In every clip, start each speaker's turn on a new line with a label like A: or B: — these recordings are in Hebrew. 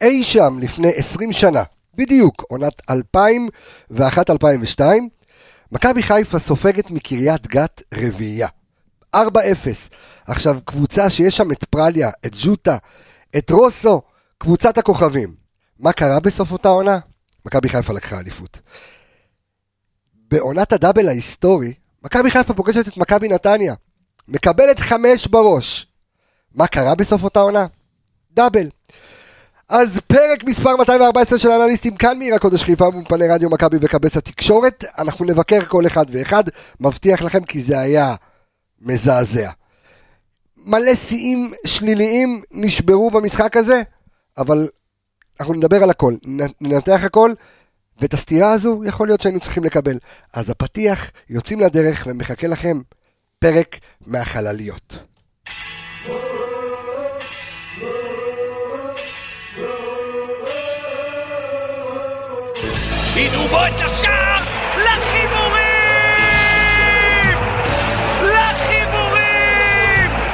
A: אי שם לפני 20 שנה, בדיוק, עונת 2001-2002, מכבי חיפה סופגת מקריית גת רביעייה. 4-0. עכשיו, קבוצה שיש שם את פרליה, את ג'וטה, את רוסו, קבוצת הכוכבים. מה קרה בסוף אותה עונה? מכבי חיפה לקחה אליפות. בעונת הדאבל ההיסטורי, מכבי חיפה פוגשת את מכבי נתניה. מקבלת חמש בראש. מה קרה בסוף אותה עונה? דאבל. אז פרק מספר 214 של אנליסטים כאן מעיר הקודש חיפה באולפני רדיו מכבי וכבס התקשורת. אנחנו נבקר כל אחד ואחד, מבטיח לכם כי זה היה מזעזע. מלא שיאים שליליים נשברו במשחק הזה, אבל אנחנו נדבר על הכל, נ- ננתח הכל, ואת הסתירה הזו יכול להיות שהיינו צריכים לקבל. אז הפתיח, יוצאים לדרך ומחכה לכם פרק מהחלליות.
B: הנה בו את השער לחיבורים! לחיבורים!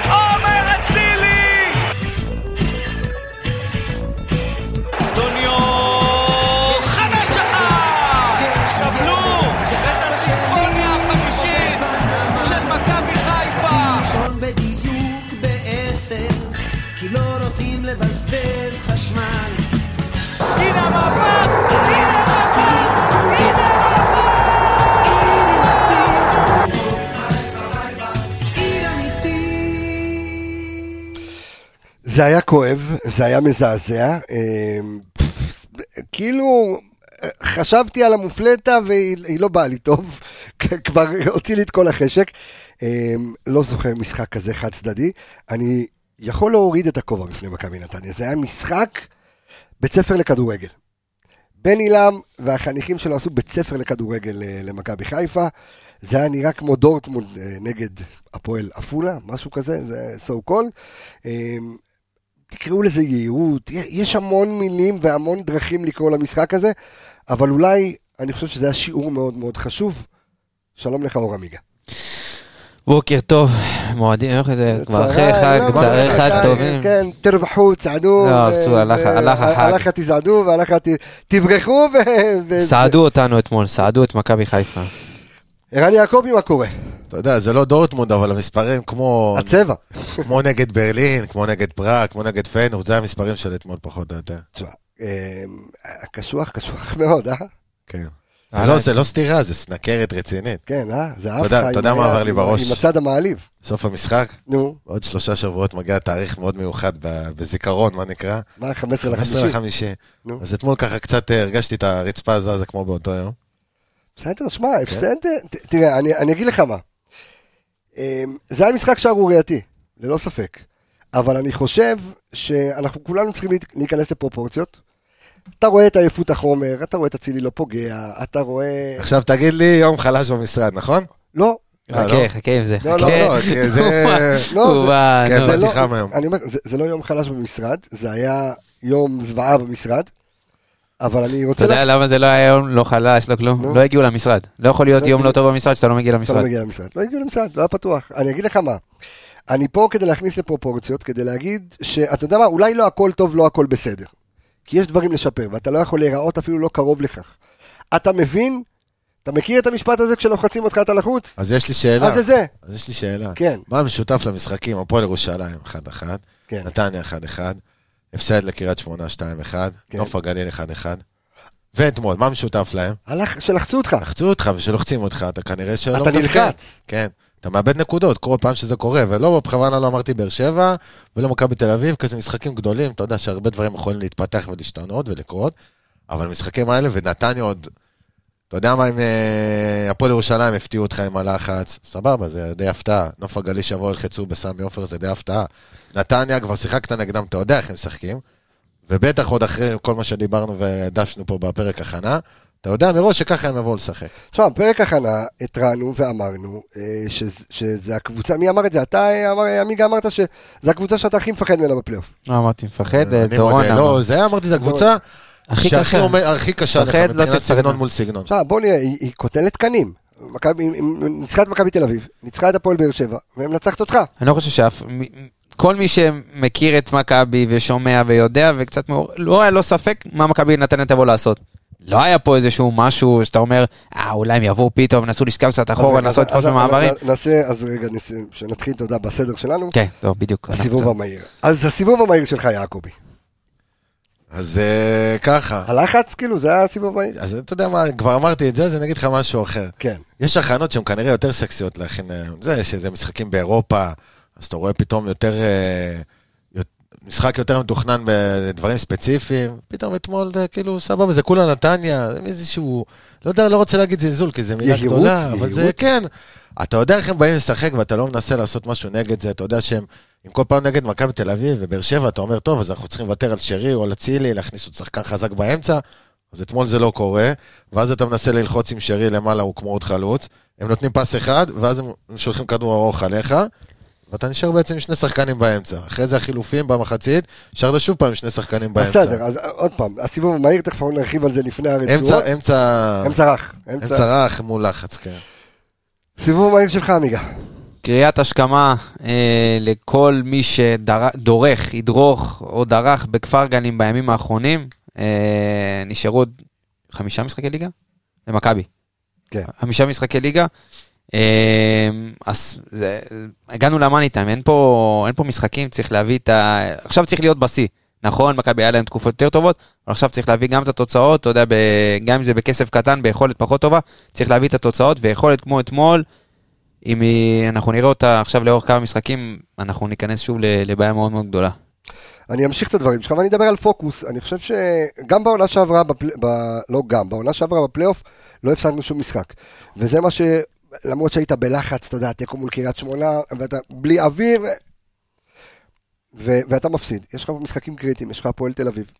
B: עומר אצילי! דוניו! חמש אחת! קבלו את הסימפוניה החמישית של מכבי חיפה!
C: לישון בדיוק בעשר, כי לא רוצים לבזבז חשמל.
B: הנה המהפך! הנה המהפך! הנה
C: עיר אמיתית.
A: זה היה כואב, זה היה מזעזע. אה, פפפ, כאילו, אה, חשבתי על המופלטה והיא היא לא באה לי טוב, כבר הוציא לי את כל החשק. אה, לא זוכר משחק כזה חד צדדי. אני יכול להוריד את הכובע בפני מכבי נתניה, זה היה משחק בית ספר לכדורגל. בן עילם והחניכים שלו עשו בית ספר לכדורגל אה, למכבי חיפה. זה היה נראה כמו דורטמונד אה, נגד הפועל עפולה, משהו כזה, זה so called. אה, תקראו לזה יהירות, יש המון מילים והמון דרכים לקרוא למשחק הזה, אבל אולי, אני חושב שזה היה שיעור מאוד מאוד חשוב. שלום לך אור עמיגה.
D: בוקר טוב, מועדים, איך זה כבר אחרי
A: צהריים,
D: חג,
A: לא,
D: צערי
A: מה זה,
D: חג
A: צהריים,
D: טובים.
A: כן, תרבחו, צעדו.
D: לא,
A: ו-
D: בסדר, הלך-
A: ו-
D: הלך החג.
A: הלך תצעדו והלך ת- תברחו. ו- ו-
D: סעדו אותנו אתמול, סעדו את מכבי חיפה.
A: ערן יעקבי, מה קורה?
E: אתה יודע, זה לא דורטמונד, אבל המספרים כמו,
A: הצבע.
E: כמו נגד ברלין, כמו נגד פראג, כמו נגד פיינור, זה המספרים של אתמול פחות או יותר.
A: תשמע, אה, קשוח, קשוח מאוד, אה?
E: כן. זה
D: אה,
E: לא,
D: אה.
E: זה לא סתירה, זה סנקרת רצינית.
A: כן, אה? זה
E: יודע-
A: אהבת.
E: אתה יודע
A: עם
E: מה
A: ה-
E: עבר לי
A: עם-
E: בראש?
A: עם הצד המעליב.
E: סוף המשחק,
A: נו,
E: בעוד שלושה שבועות מגיע תאריך מאוד מיוחד ב- בזיכרון, מה נקרא?
A: מה, 15
E: 15
A: לחמישי?
E: לחמישי.
A: נו.
E: אז אתמול ככה קצת אה, הרגשתי את הרצפה זזה כמו באותו יום.
A: בסדר,
E: כן.
A: שמע, הפסד... ת- תראה, אני, אני אגיד לך מה. אמ, זה היה משחק שערורייתי, ללא ספק. אבל אני חושב שאנחנו כולנו צריכים להת- להיכנס לפרופורציות. אתה רואה את עייפות החומר, אתה רואה את אצילי לא פוגע, אתה רואה...
E: עכשיו תגיד לי, יום חלש במשרד, נכון?
A: לא,
E: אה, לא?
D: חכה, חכה עם זה, חכה.
A: לא,
E: לא, לא, כי זה...
A: לא, זה-
D: הוא בא,
E: כן,
D: נו.
E: זה
A: לא-
E: בדיחה מהיום.
A: אני אומר, זה, זה לא יום חלש במשרד, זה היה יום זוועה במשרד. אבל אני
D: אתה
A: רוצה...
D: יודע למה זה לא היה יום לא חלש, לא
A: נו.
D: כלום? לא הגיעו למשרד. לא יכול להיות
A: לא
D: יום
A: הגיעו.
D: לא טוב במשרד שאתה לא מגיע
A: אתה לא
D: למשרד.
A: מגיע למשרד. לא הגיעו למשרד, לא היה פתוח. אני אגיד לך מה, אני פה כדי להכניס לפרופורציות, כדי להגיד שאתה יודע מה, אולי לא הכל טוב, לא הכל בסדר. כי יש דברים לשפר, ואתה לא יכול להיראות אפילו לא קרוב לכך. אתה מבין? אתה מכיר את המשפט הזה כשלוחצים אותך אתה לחוץ?
E: אז יש לי שאלה.
A: אז זה זה.
E: אז יש לי שאלה.
A: כן.
E: מה המשותף למשחקים? הפועל ירושלים 1-1,
A: כן.
E: נתניה 1-1, הפסד לקריית שמונה 2-1,
A: כן.
E: נוף הגליל 1-1. ואתמול, מה משותף להם?
A: הלך, שלחצו אותך.
E: לחצו אותך ושלוחצים אותך, אתה כנראה שלא
A: אתה
E: לא מתפקד.
A: נלחץ.
E: כן. אתה מאבד נקודות כל פעם שזה קורה, ולא, בכוונה לא אמרתי באר שבע, ולא מכבי תל אביב, כי זה משחקים גדולים, אתה יודע שהרבה דברים יכולים להתפתח ולהשתנות ולקרות, אבל המשחקים האלה, ונתניה עוד, אתה יודע מה, אם אה, הפועל ירושלים הפתיעו אותך עם הלחץ, סבבה, זה די הפתעה. נוף הגליל שיבואו ילחצו בסמי עופר, זה די הפתעה. נתניה, כבר שיחקת נגדם, אתה יודע איך הם משחקים, ובטח עוד אחרי כל מה שדיברנו ודשנו פה בפרק הכנה, אתה יודע מראש שככה הם יבואו לשחק.
A: תשמע, בפרק הכנה התרענו ואמרנו אה, שזה- שזה הקבוצה, מי אמר את זה? אתה, אה, אמר- עמיגה, אמרת שזה הקבוצה שאתה הכי מפחד ממנה בפלייאוף.
D: לא אמרתי, מפחד, אה,
E: אני
D: דורון
E: מודה, לא,
D: אמר.
E: זה אמרתי, זו הקבוצה
D: הכי
E: שהכי
D: קשה.
E: עומד- הכי קשה לך,
D: מפחד, לא
E: מבחינת
D: צריך לפחד
E: סגנון
D: ממנה.
E: מול סגנון.
A: עכשיו בוא נראה, היא, היא קוטלת תקנים. מכבי- היא- היא- ניצחה את מכבי תל אביב, ניצחה את הפועל באר שבע, ומנצחת אותך.
D: אני לא חושב שאף... מ- כל מי שמכיר את מכבי ושומע ויודע וקצת מאור, לא היה לו ספק מה מכבי נתניה תבוא לעשות. לא היה פה איזשהו משהו שאתה אומר, אה, אולי הם יבואו פתאום, נסו לשכב קצת אחורה,
A: אז-
D: נסו
A: אז-
D: לתפוס
A: אז-
D: במעברים.
A: נ- נעשה, אז רגע, נעשה- שנתחיל, תודה, בסדר שלנו.
D: כן, טוב, בדיוק. אנחנו
A: הסיבוב
D: קצת-
A: המהיר. אז הסיבוב המהיר שלך, יעקבי.
E: אז אה, ככה.
A: הלחץ, כאילו, זה היה הסיבוב המהיר?
E: אז אתה יודע מה, כבר אמרתי את זה, אז אני אגיד לך משהו אחר.
A: כן.
E: יש הכנות שהן כנראה יותר סקסיות להכין, אה, זה שזה משחקים באירופה, אז אתה רואה פתאום יותר, אה, יות- משחק יותר מתוכנן בדברים ספציפיים, פתאום אתמול זה כאילו סבבה, זה כולה נתניה, זה איזשהו, לא יודע, לא רוצה להגיד זלזול, כי זה מילה
A: יהירות,
E: גדולה, אבל זה
A: יהירות.
E: כן, אתה יודע איך הם באים לשחק ואתה לא מנסה לעשות משהו נגד זה, אתה יודע שהם, אם כל פעם נגד מכבי תל אביב ובאר שבע, אתה אומר, טוב, אז אנחנו צריכים לוותר על שרי או על אצילי, להכניס עוד שחקן חזק באמצע, אז אתמול זה לא קורה, ואז אתה מנסה ללחוץ עם שרי למעלה, הוא כמו עוד חלוץ, הם נותנים פס אחד, ואז הם שולחים כדור ארוך עליך, ואתה נשאר בעצם עם שני שחקנים באמצע. אחרי זה החילופים במחצית, נשארת שוב פעם עם שני שחקנים באמצע.
A: אה, בסדר, אז עוד פעם, הסיבוב המהיר, תכף אנחנו נרחיב על זה לפני הרצועות.
E: אמצע, אמצע,
A: אמצע רך. אמצע.
E: אמצע רך מול לחץ, כן.
A: סיבוב המהיר שלך, עמיגה.
D: קריאת השכמה אה, לכל מי שדורך, ידרוך או דרך בכפר גלים בימים האחרונים. אה, נשארו עוד חמישה משחקי ליגה? למכבי.
A: כן.
D: חמישה משחקי ליגה. אה, אז זה, הגענו למאני טיים, אין פה, אין פה משחקים, צריך להביא את ה... עכשיו צריך להיות בשיא. נכון, מכבי היה להם תקופות יותר טובות, אבל עכשיו צריך להביא גם את התוצאות, אתה יודע, ב... גם אם זה בכסף קטן, ביכולת פחות טובה, צריך להביא את התוצאות, ויכולת כמו אתמול, אם היא, אנחנו נראה אותה עכשיו לאורך כמה משחקים, אנחנו ניכנס שוב ל- לבעיה מאוד מאוד גדולה.
A: אני אמשיך את הדברים שלך ואני אדבר על פוקוס. אני חושב שגם בעונה שעברה, בפל... ב... לא גם, בעונה שעברה בפלייאוף לא הפסדנו שום משחק. וזה מה ש... למרות שהיית בלחץ, אתה יודע, תיקו מול קריית שמונה, ואתה בלי אוויר, ו... ואתה מפסיד. יש לך פה משחקים קריטיים, יש לך הפועל תל אביב.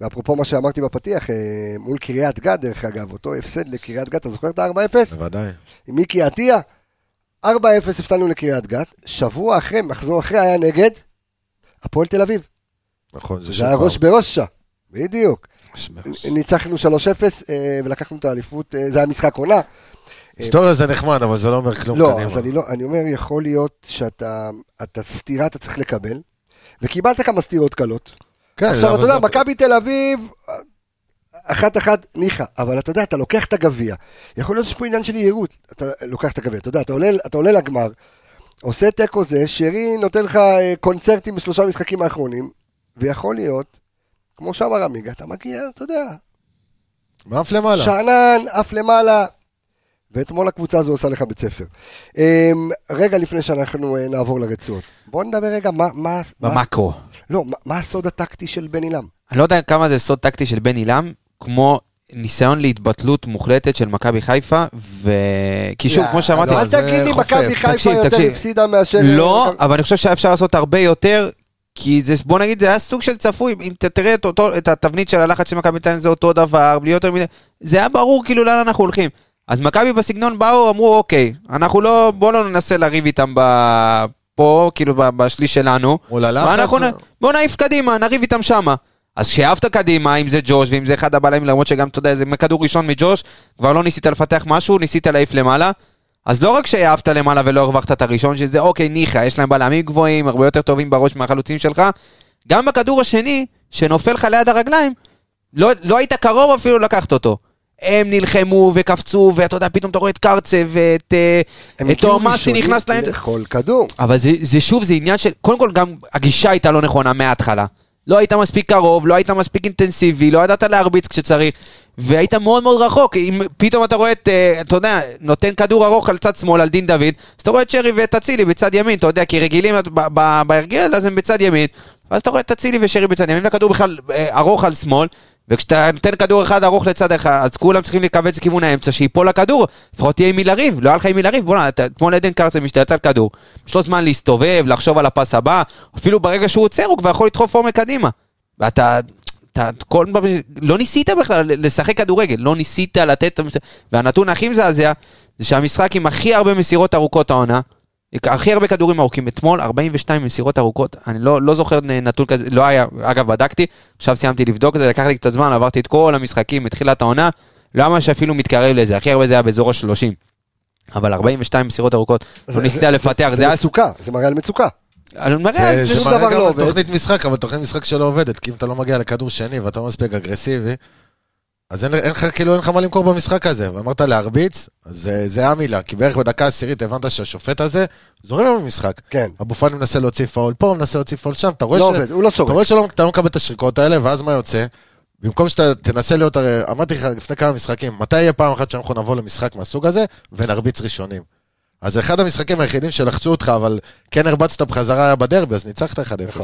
A: ואפרופו מה שאמרתי בפתיח, אה, מול קריית גת, דרך אגב, אותו הפסד לקריית גת, אתה זוכר את ה-4-0?
E: בוודאי.
A: עם מיקי עטיה, 4-0 הפסדנו לקריית גת, שבוע אחרי, מחזור אחרי היה נגד הפועל תל אביב.
E: נכון, זה
A: זה
E: שוב
A: היה
E: פעם.
A: ראש בראש שם, בדיוק. ניצחנו 3-0 אה, ולקחנו את האליפות, אה, זה היה משחק עונה.
E: היסטוריה זה נחמד, אבל זה לא אומר כלום
A: לא,
E: קדימה.
A: אז אני לא, אני אומר, יכול להיות שאתה, אתה סטירה אתה צריך לקבל, וקיבלת כמה סטירות קלות.
E: כן,
A: עכשיו,
E: אבל
A: אתה יודע,
E: זה-
A: מכבי תל אביב, אחת-אחת, ניחא, אבל אתה יודע, אתה לוקח את הגביע. יכול להיות שיש פה עניין של יהירות, אתה לוקח את הגביע, אתה יודע, אתה עולה, אתה עולה לגמר, עושה תיקו זה, שרי נותן לך אה, קונצרטים בשלושה משחקים האחרונים, ויכול להיות, כמו שאמר עמיגה, אתה מגיע, אתה יודע,
E: מעף למעלה.
A: שאנן, עף למעלה. ואתמול הקבוצה הזו עושה לך בית ספר. אמ, רגע לפני שאנחנו אה, נעבור לרצועות. בוא נדבר רגע מה, מה, מה,
D: במאקרו.
A: לא, מה, מה הסוד הטקטי של בן עילם.
D: אני לא יודע כמה זה סוד טקטי של בן עילם, כמו ניסיון להתבטלות מוחלטת של מכבי חיפה, וקישור,
E: יא,
D: כמו שאמרתי,
E: לא,
A: אל
E: אז זה
A: תגיד לי
E: חופף.
A: מכבי חיפה
D: אה, תקשיב,
A: יותר
D: תקשיב.
A: הפסידה מאשר... אה,
D: לא, אבל אני חושב שהיה אפשר לעשות הרבה יותר, כי זה, בוא נגיד, זה היה סוג של צפוי, אם אתה תראה את, אותו, את התבנית של הלחץ של מכבי נתניה זה אותו דבר, בלי יותר מדי, זה היה ברור כאילו לאן אנחנו הולכים. אז מכבי בסגנון באו, אמרו, אוקיי, אנחנו לא, בוא לא ננסה לריב איתם ב... פה, כאילו ב- בשליש שלנו.
E: מול הלחץ?
D: מה אנחנו נ- בוא נעיף קדימה, נריב איתם שמה. אז שאהבת קדימה, אם זה ג'וש, ואם זה אחד הבלמים, למרות שגם, אתה יודע, זה כדור ראשון מג'וש, כבר לא ניסית לפתח משהו, ניסית להעיף למעלה. אז לא רק שהעפת למעלה ולא הרווחת את הראשון, שזה אוקיי, ניחא, יש להם בלמים גבוהים, הרבה יותר טובים בראש מהחלוצים שלך, גם בכדור השני, שנופל לך ליד הרגליים, לא, לא היית קרוב אפילו לקחת אותו. הם נלחמו וקפצו, ואתה יודע, פתאום אתה רואה את קרצה ואת אה,
A: הם
D: את
A: הגיעו
D: תואמאסי
A: ראשונים
D: נכנס להם.
A: לכל כדור.
D: אבל זה, זה שוב, זה עניין של... קודם כל, גם הגישה הייתה לא נכונה מההתחלה. לא היית מספיק קרוב, לא היית מספיק אינטנסיבי, לא ידעת להרביץ כשצריך, והיית מאוד מאוד רחוק. אם פתאום אתה רואה את, אה, אתה יודע, נותן כדור ארוך על צד שמאל, על דין דוד, אז אתה רואה את שרי ואת אצילי בצד ימין, אתה יודע, כי רגילים ב- ב- בהרגל, אז הם בצד ימין. ואז אתה רואה את אצילי ושרי בצד ימין, והכדור בכלל אה, ארוך על שמאל, וכשאתה נותן כדור אחד ארוך לצד אחד, אז כולם צריכים לכווץ לכיוון האמצע, שיפול הכדור, לפחות תהיה עם מי לריב, לא היה לך עם מי לריב, בוא'נה, אתה- אתמול עדן קרצה משתלט על כדור, יש לו זמן להסתובב, לחשוב על הפס הבא, אפילו ברגע שהוא עוצר הוא כבר יכול לדחוף עומק קדימה. ואתה, אתה, כל, לא ניסית בכלל לשחק כדורגל, לא ניסית לתת, את המס- והנתון הכי מזעזע, זה שהמשחק עם הכי הרבה מסירות ארוכות העונה, הכי הרבה כדורים ארוכים, אתמול 42 מסירות ארוכות, אני לא, לא זוכר נתון כזה, לא היה, אגב בדקתי, עכשיו סיימתי לבדוק את זה, לקח לי קצת זמן, עברתי את כל המשחקים מתחילת העונה, לא היה מה שאפילו מתקרב לזה, הכי הרבה זה היה באזור ה-30. אבל 42 מסירות ארוכות, לא ניסית לפתח,
A: זה
D: זה היה
A: מצוקה, זה מראה על מצוקה.
D: אני מראה,
A: זה-
D: זה...
A: שום דבר
E: מראה כן, גם
A: לא
E: על
A: עובד.
E: תוכנית משחק, אבל תוכנית משחק שלא עובדת, כי אם אתה לא מגיע לכדור שני ואתה לא מספיק אגרסיבי, אז אין אין לך, כאילו, אין לך מה למכור במשחק הזה. ואמרת להרביץ, אז אה, זה המילה, כי בערך בדקה העשירית הבנת שהשופט הזה זורם לנו במשחק.
A: כן.
E: אבו פאני מנסה להוציא פאול פה, מנסה להוציא פאול שם, אתה רואה
A: לא
E: ש-
A: עובד, הוא לא
E: אתה
A: שורק.
E: רואה שלא אתה לא מקבל את השריקות האלה, ואז מה יוצא? במקום שאתה תנסה להיות, הרי אמרתי לך לפני כמה משחקים, מתי יהיה פעם אחת שאנחנו נבוא למשחק מהסוג הזה ונרביץ ראשונים? אז זה אחד המשחקים היחידים שלחצו אותך, אבל כן הרבצת בחזרה היה בדרבי, אז ניצחת 1-0.
A: נכון.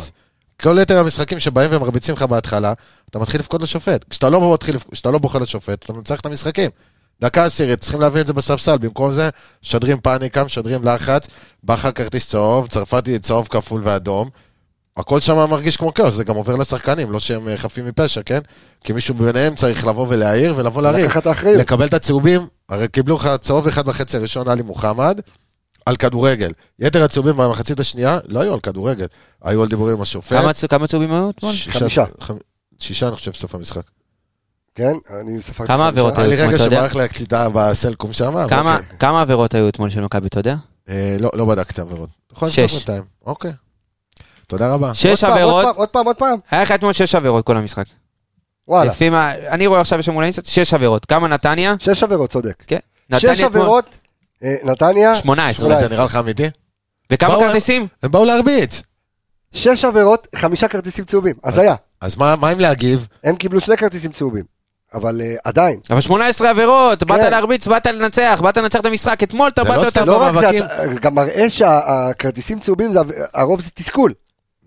E: כל יתר המשחקים שבהם הם מרביצים לך בהתחלה, אתה מתחיל לבכות לשופט. כשאתה לא, מתחיל, כשאתה לא בוכה לשופט, אתה מנצח את המשחקים. דקה עשירית, צריכים להביא את זה בספסל, במקום זה, משדרים פאניקה, משדרים לחץ, בכר כרטיס צהוב, צרפתי צהוב כפול ואדום. הכל שם מרגיש כמו כאוס, זה גם עובר לשחקנים, לא שהם אה, חפים מפשע, כן? כי מישהו ביניהם צריך לבוא ולהעיר ולבוא להרים.
A: לקחת אחריות.
E: לקבל את הצהובים, הרי קיבלו לך צהוב אחד בחצי הראשון, עלי מוחמד, על כדורגל. יתר הצהובים במחצית השנייה לא היו על כדורגל, היו על דיבורים עם השופט.
D: כמה צ- כמה צהובים היו אתמול?
E: שישה-
A: חמישה.
E: חמ- שישה, אני חושב, בסוף המשחק.
A: כן, אני ספרתי.
D: כמה
A: חמישה.
D: עבירות
E: היה לי
D: כמו
E: רגע
D: אתה יודע?
E: שברח לי הקליטה בסלקום שם. אבל
D: כמה-
E: כן.
D: כמה עבירות היו אתמול של מכבי, אתה יודע?
E: אה, לא, לא בדקתי עבירות. יכול
D: שש.
E: לבדוק בינתיים. אוקיי. תודה רבה.
A: עוד
D: שש
A: פעם, עוד פעם,
D: עבירות,
A: עוד פעם, עוד פעם,
D: היה לך אתמול שש עבירות כל המשחק.
A: וואלה.
D: לפי מה, אני רואה עכשיו יש שם אולי אינסט, שש עבירות. כמה נתניה?
A: שש עבירות, צודק.
D: כן. נתניה
A: שש
D: אתמול-
A: עבירות, אה, נתניה,
D: שמונה עשרה.
A: שמונה
E: זה
A: עשרה.
E: נראה לך אמיתי?
D: וכמה
E: באו-
D: כרטיסים?
E: הם באו להרביץ.
A: שש עבירות, חמישה כרטיסים צהובים.
D: אה.
A: הזיה.
E: אז מה מה אם להגיב?
A: הם קיבלו שני כרטיסים צהובים. אבל אה, עדיין.
D: אבל 18 עבירות,
A: כן.
D: באת להרביץ, באת לנצח, באת לנצח את המשחק, אתמול אתה
E: זה לא
D: באת יותר...
E: סתם.
A: לא רק זה,
E: במאבקים-
A: אתה- גם מראה שהכרטיסים צהובים, זה- הרוב זה תסכול.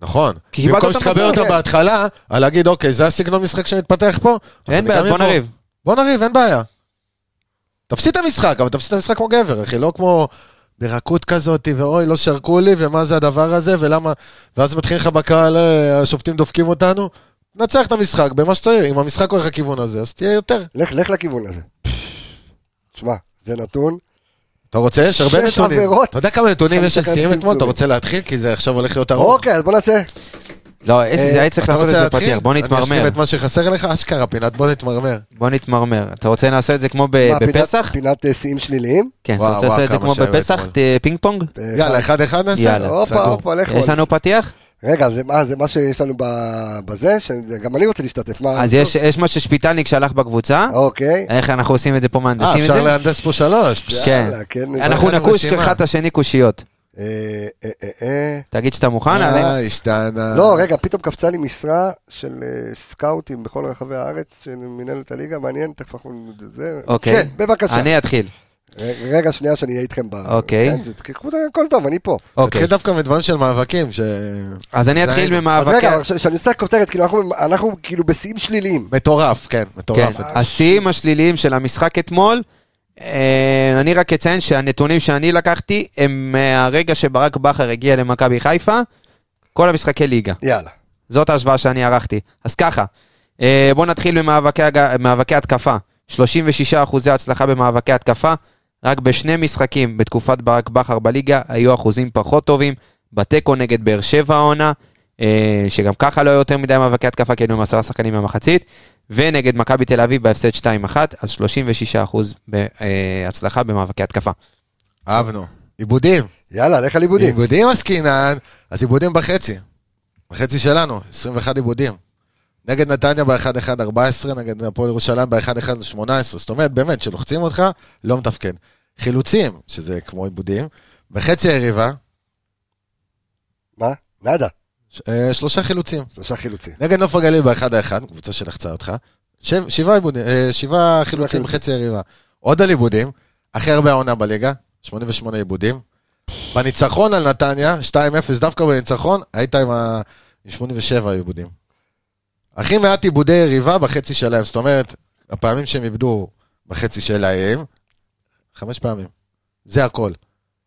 E: נכון.
D: כי קיבלת
E: במקום
D: אותם
E: שתחבר
D: בסוף.
E: אותם בהתחלה, על להגיד, אוקיי, זה הסגנון משחק שמתפתח פה?
D: אין בעיה, אז בוא נריב.
E: בוא נריב, אין בעיה. תפסיד את המשחק, אבל תפסיד את המשחק כמו גבר, אחי, לא כמו ברכות כזאת, ואוי, לא שרקו לי, ומה זה הדבר הזה, ולמה... ואז מתחיל לך בקהל, אה, השופטים דופקים אותנו. נצח את המשחק במה שצריך, אם המשחק הולך לכיוון הזה, אז תהיה יותר.
A: לך, לך לכיוון הזה. תשמע, זה נתון.
E: אתה רוצה? יש הרבה
A: שש
E: נתונים.
A: עבירות.
E: אתה יודע כמה נתונים יש
A: חמישה
E: לסיים אתמול?
A: צמצומים.
E: אתה רוצה להתחיל? כי זה עכשיו הולך להיות ארוך.
A: אוקיי, אז בוא נעשה.
D: לא, איזה- זה היה צריך
E: אה, אתה
D: לעשות את
E: רוצה
D: זה
E: להתחיל?
D: פתיח, בוא
E: אני אשלים
D: נתמרמר.
E: את מה שחסר לך, אשכרה פינת, בוא נתמרמר.
D: בוא נתמרמר. אתה רוצה נעשה את זה כמו ב-
A: מה, פינת-
D: בפסח?
A: פינת אה, שיאים שליליים.
D: כן,
E: וואו,
D: אתה רוצה
E: וואו,
D: לעשות את זה
E: כמה
D: כמו
E: שהיו
D: בפסח?
E: אתמול. אה,
D: ת- פינג פונג?
A: אה,
E: יאללה, אחד אחד נעשה?
D: יאללה.
A: הופה,
E: סגור.
A: הופה, לכו.
D: יש לנו פתיח?
A: רגע, זה מה- זה מה שיש לנו ב- בזה, שגם אני רוצה להשתתף.
E: אה,
A: מה-
D: אז יש- יש מה ששפיטלניק שלח בקבוצה.
A: אוקיי.
D: איך אנחנו עושים את זה פה,
E: אה,
D: מהנדסים את
E: אפשר
D: זה?
E: להנדס פה שלוש.
D: כן.
A: יאללה, כן.
D: אנחנו
E: אין לנו
D: נקוש
E: רשימה.
D: אחד את השני קושיות.
A: אה, אה, אה, אה.
D: תגיד שאתה מוכן? אני-
E: אה, השתנה.
A: לא, רגע, פתאום קפצה לי משרה של אה, סקאוטים בכל רחבי הארץ, של מנהלת הליגה, מעניין, תכף אנחנו... זה-
D: אוקיי.
A: כן, בבקשה.
D: אני אתחיל.
A: ר- רגע, שנייה שאני אהיה איתכם ב...
D: אוקיי.
A: כן, תקחו את הכל טוב, אני פה.
D: אוקיי.
E: נתחיל דווקא מדברים של מאבקים, ש...
D: אז אני
E: זה
D: אתחיל
E: היינו.
A: אז רגע,
D: ממאבקי...
A: אבל כש- כשאני עושה כותרת, כאילו, אנחנו- אנחנו כאילו בשיאים שליליים.
E: מטורף, כן,
D: כן,
E: מטורף.
D: השיאים השליליים של המשחק אתמול, אה, אני רק אציין שהנתונים שאני לקחתי הם מהרגע שברק בכר הגיע למכבי חיפה, כל המשחקי ליגה.
A: יאללה.
D: זאת ההשוואה שאני ערכתי. אז ככה, אה, בואו נתחיל במאבקי הג- מאבקי התקפה. 36 אחוזי הצלחה במאבקי התקפה, רק בשני משחקים בתקופת ברק בכר בליגה היו אחוזים פחות טובים, בתיקו נגד באר שבע העונה, אה, שגם ככה לא היו יותר מדי מאבקי התקפה, כי היינו עם עשרה שחקנים במחצית, ונגד מכבי תל אביב בהפסד 2-1, אז 36 אחוז בהצלחה במאבקי התקפה.
E: אהבנו. עיבודים.
A: יאללה, לך על עיבודים.
E: עיבודים עסקינן, אז עיבודים בחצי. בחצי שלנו, 21 עיבודים. נגד נתניה ב-1-1 14, נגד הפועל ירושלים ב-1-1 18. זאת אומרת, באמת, כשלוחצים אותך, לא מתפקד. חילוצים, שזה כמו עיבודים, בחצי היריבה,
A: מה? נאדה.
E: ש- אה, שלושה חילוצים.
A: שלושה חילוצים.
E: נגד נוף הגליל באחד האחד, קבוצה שלחצה אותך, שב, שבעה, עיבודים, אה, שבעה חילוצים
A: חילוצים.
E: בחצי יריבה. עוד על עיבודים, הכי הרבה העונה בליגה, 88 עיבודים. בניצחון על נתניה, 2-0, דווקא בניצחון, היית עם ה... עם 87 עיבודים. הכי מעט עיבודי יריבה בחצי שלהם, זאת אומרת, הפעמים שהם איבדו בחצי שלהם, חמש פעמים. זה הכל.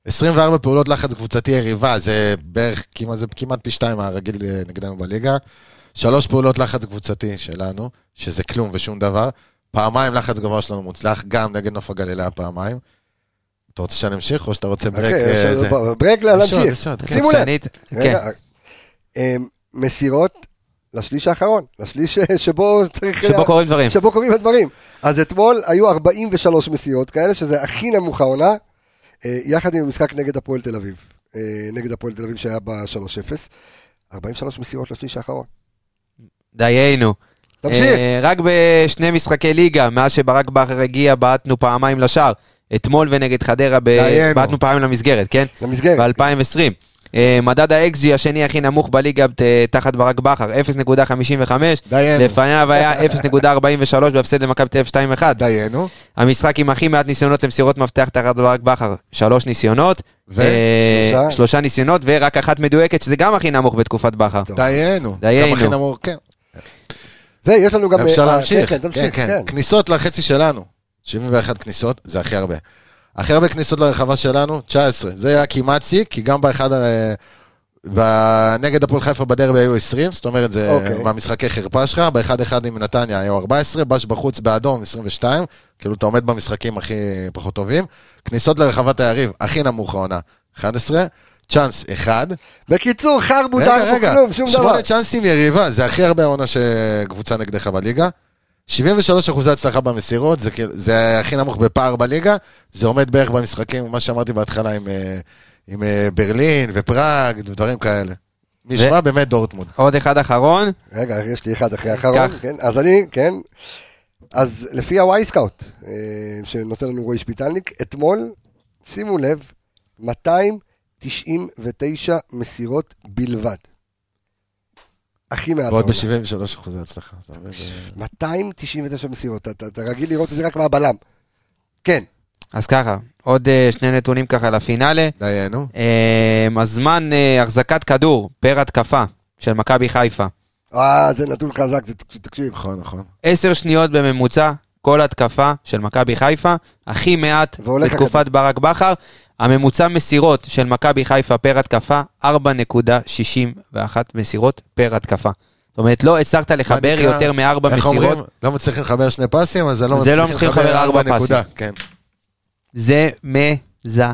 E: 24 פעולות לחץ קבוצתי יריבה, זה בערך כמעט, זה כמעט פי שתיים מהרגיל אה, נגדנו בליגה. שלוש פעולות לחץ קבוצתי שלנו, שזה כלום ושום דבר. פעמיים לחץ גבוה שלנו מוצלח, גם נגד נוף הגליל היה פעמיים. אתה רוצה שאני אמשיך או שאתה רוצה ברק?
A: אוקיי,
E: אה,
A: עכשיו
E: זה?
A: בוא, ברק, לה-
E: לשעות,
A: להמשיך.
E: לשעות, כן.
A: שימו לב.
D: סנית, כן.
A: רגע, אה, מסירות לשליש האחרון, לשליש אה, שבו צריך...
D: שבו קורים דברים.
A: שבו קורים הדברים. אז אתמול היו 43 מסירות כאלה, שזה הכי נמוך העונה, אה, יחד עם המשחק נגד הפועל תל אביב. אה, נגד הפועל תל אביב שהיה ב-3-0. 43 מסירות לשליש האחרון.
D: דיינו.
A: תמשיך.
D: אה, רק בשני משחקי ליגה, מאז שברק בכר הגיע, בעטנו פעמיים לשער. אתמול ונגד חדרה, ב-
A: דיינו.
D: בעטנו פעמיים למסגרת, כן?
A: למסגרת.
D: ב-2020. מדד האקסג'י השני הכי נמוך בליגה אה, תחת ברק בכר, 0.55.
E: דיינו.
D: לפניו היה 0.43 בהפסד למכבי תל אביב 2-1.
E: דיינו.
D: המשחק עם הכי מעט ניסיונות למסירות מפתח תחת ברק בכר, שלוש ניסיונות.
E: ו-
D: אה,
A: שלושה.
D: שלושה ניסיונות, ורק אחת מדויקת, שזה גם הכי נמוך בתקופת בכר.
A: טוב.
E: דיינו.
D: דיינו.
E: גם הכי נמוך, כן.
A: ויש לנו גם...
E: אפשר
A: אה,
E: להמשיך.
A: כן, כן, תמשיך, כן.
E: כניסות לחצי שלנו. 71 כניסות, זה הכי הרבה. הכי הרבה כניסות לרחבה שלנו, 19. זה היה כמעט שיא, כי גם באחד... אה, ב- נגד הפועל חיפה בדרבי היו 20, זאת אומרת זה
A: אוקיי.
E: מהמשחקי חרפה שלך, באחד אחד עם נתניה היו 14, בש בחוץ באדום 22, כאילו אתה עומד במשחקים הכי פחות טובים. כניסות לרחבת היריב, הכי נמוך העונה, 11, צ'אנס 1,
A: בקיצור, חרבו
E: רגע,
A: דארבו
E: רגע,
A: כלום, שום דבר.
E: שמונה צ'אנסים יריבה, זה הכי הרבה העונה שקבוצה נגדך בליגה. 73 אחוזי הצלחה במסירות, זה, כאילו- זה הכי נמוך בפער בליגה, זה עומד בערך במשחקים, מה שאמרתי בהתחלה עם, אה, עם אה, ברלין ופראג ודברים כאלה. נשמע באמת דורטמונד.
A: אה,
D: עוד אחד אחרון,
A: רגע, יש לי אחד אחרי האחרון,
D: כך.
A: כן, אז אני, כן. אז לפי הוואי-סקאוט, אה, שנותן לנו רועי שפיטלניק, אתמול, שימו לב, 299 מסירות בלבד. הכי מעט.
E: ועוד
A: העונה.
E: ב-73 אחוזי הצלחה. אתה מבין? זה-
A: 299 מסירות, אתה- אתה אתה רגיל לראות את זה רק מהבלם. כן,
D: אז ככה, עוד אה, שני נתונים ככה לפינאלה.
E: דיינו.
D: אה, הזמן אה, החזקת כדור פר התקפה של מכבי חיפה,
A: אה, זה נתון חזק, זה- תקשיב.
E: נכון, נכון.
D: 10 שניות בממוצע, כל התקפה של מכבי חיפה, הכי מעט
A: והולך
D: בתקופת ברק בכר. הממוצע מסירות של מכבי חיפה פר התקפה, 4.61 מסירות פר התקפה. זאת אומרת, לא הצלחת לחבר
E: נקרא?
D: יותר מארבע
E: איך
D: מסירות.
E: אומרים? לא מצליחים לחבר שני פסים, אז זה לא
D: זה
E: מצליחים
D: לא מצליחים לחבר
E: לחבר
D: ארבע
E: ארבע נקודה.
D: פסים.
E: כן.
D: זה מזעזע.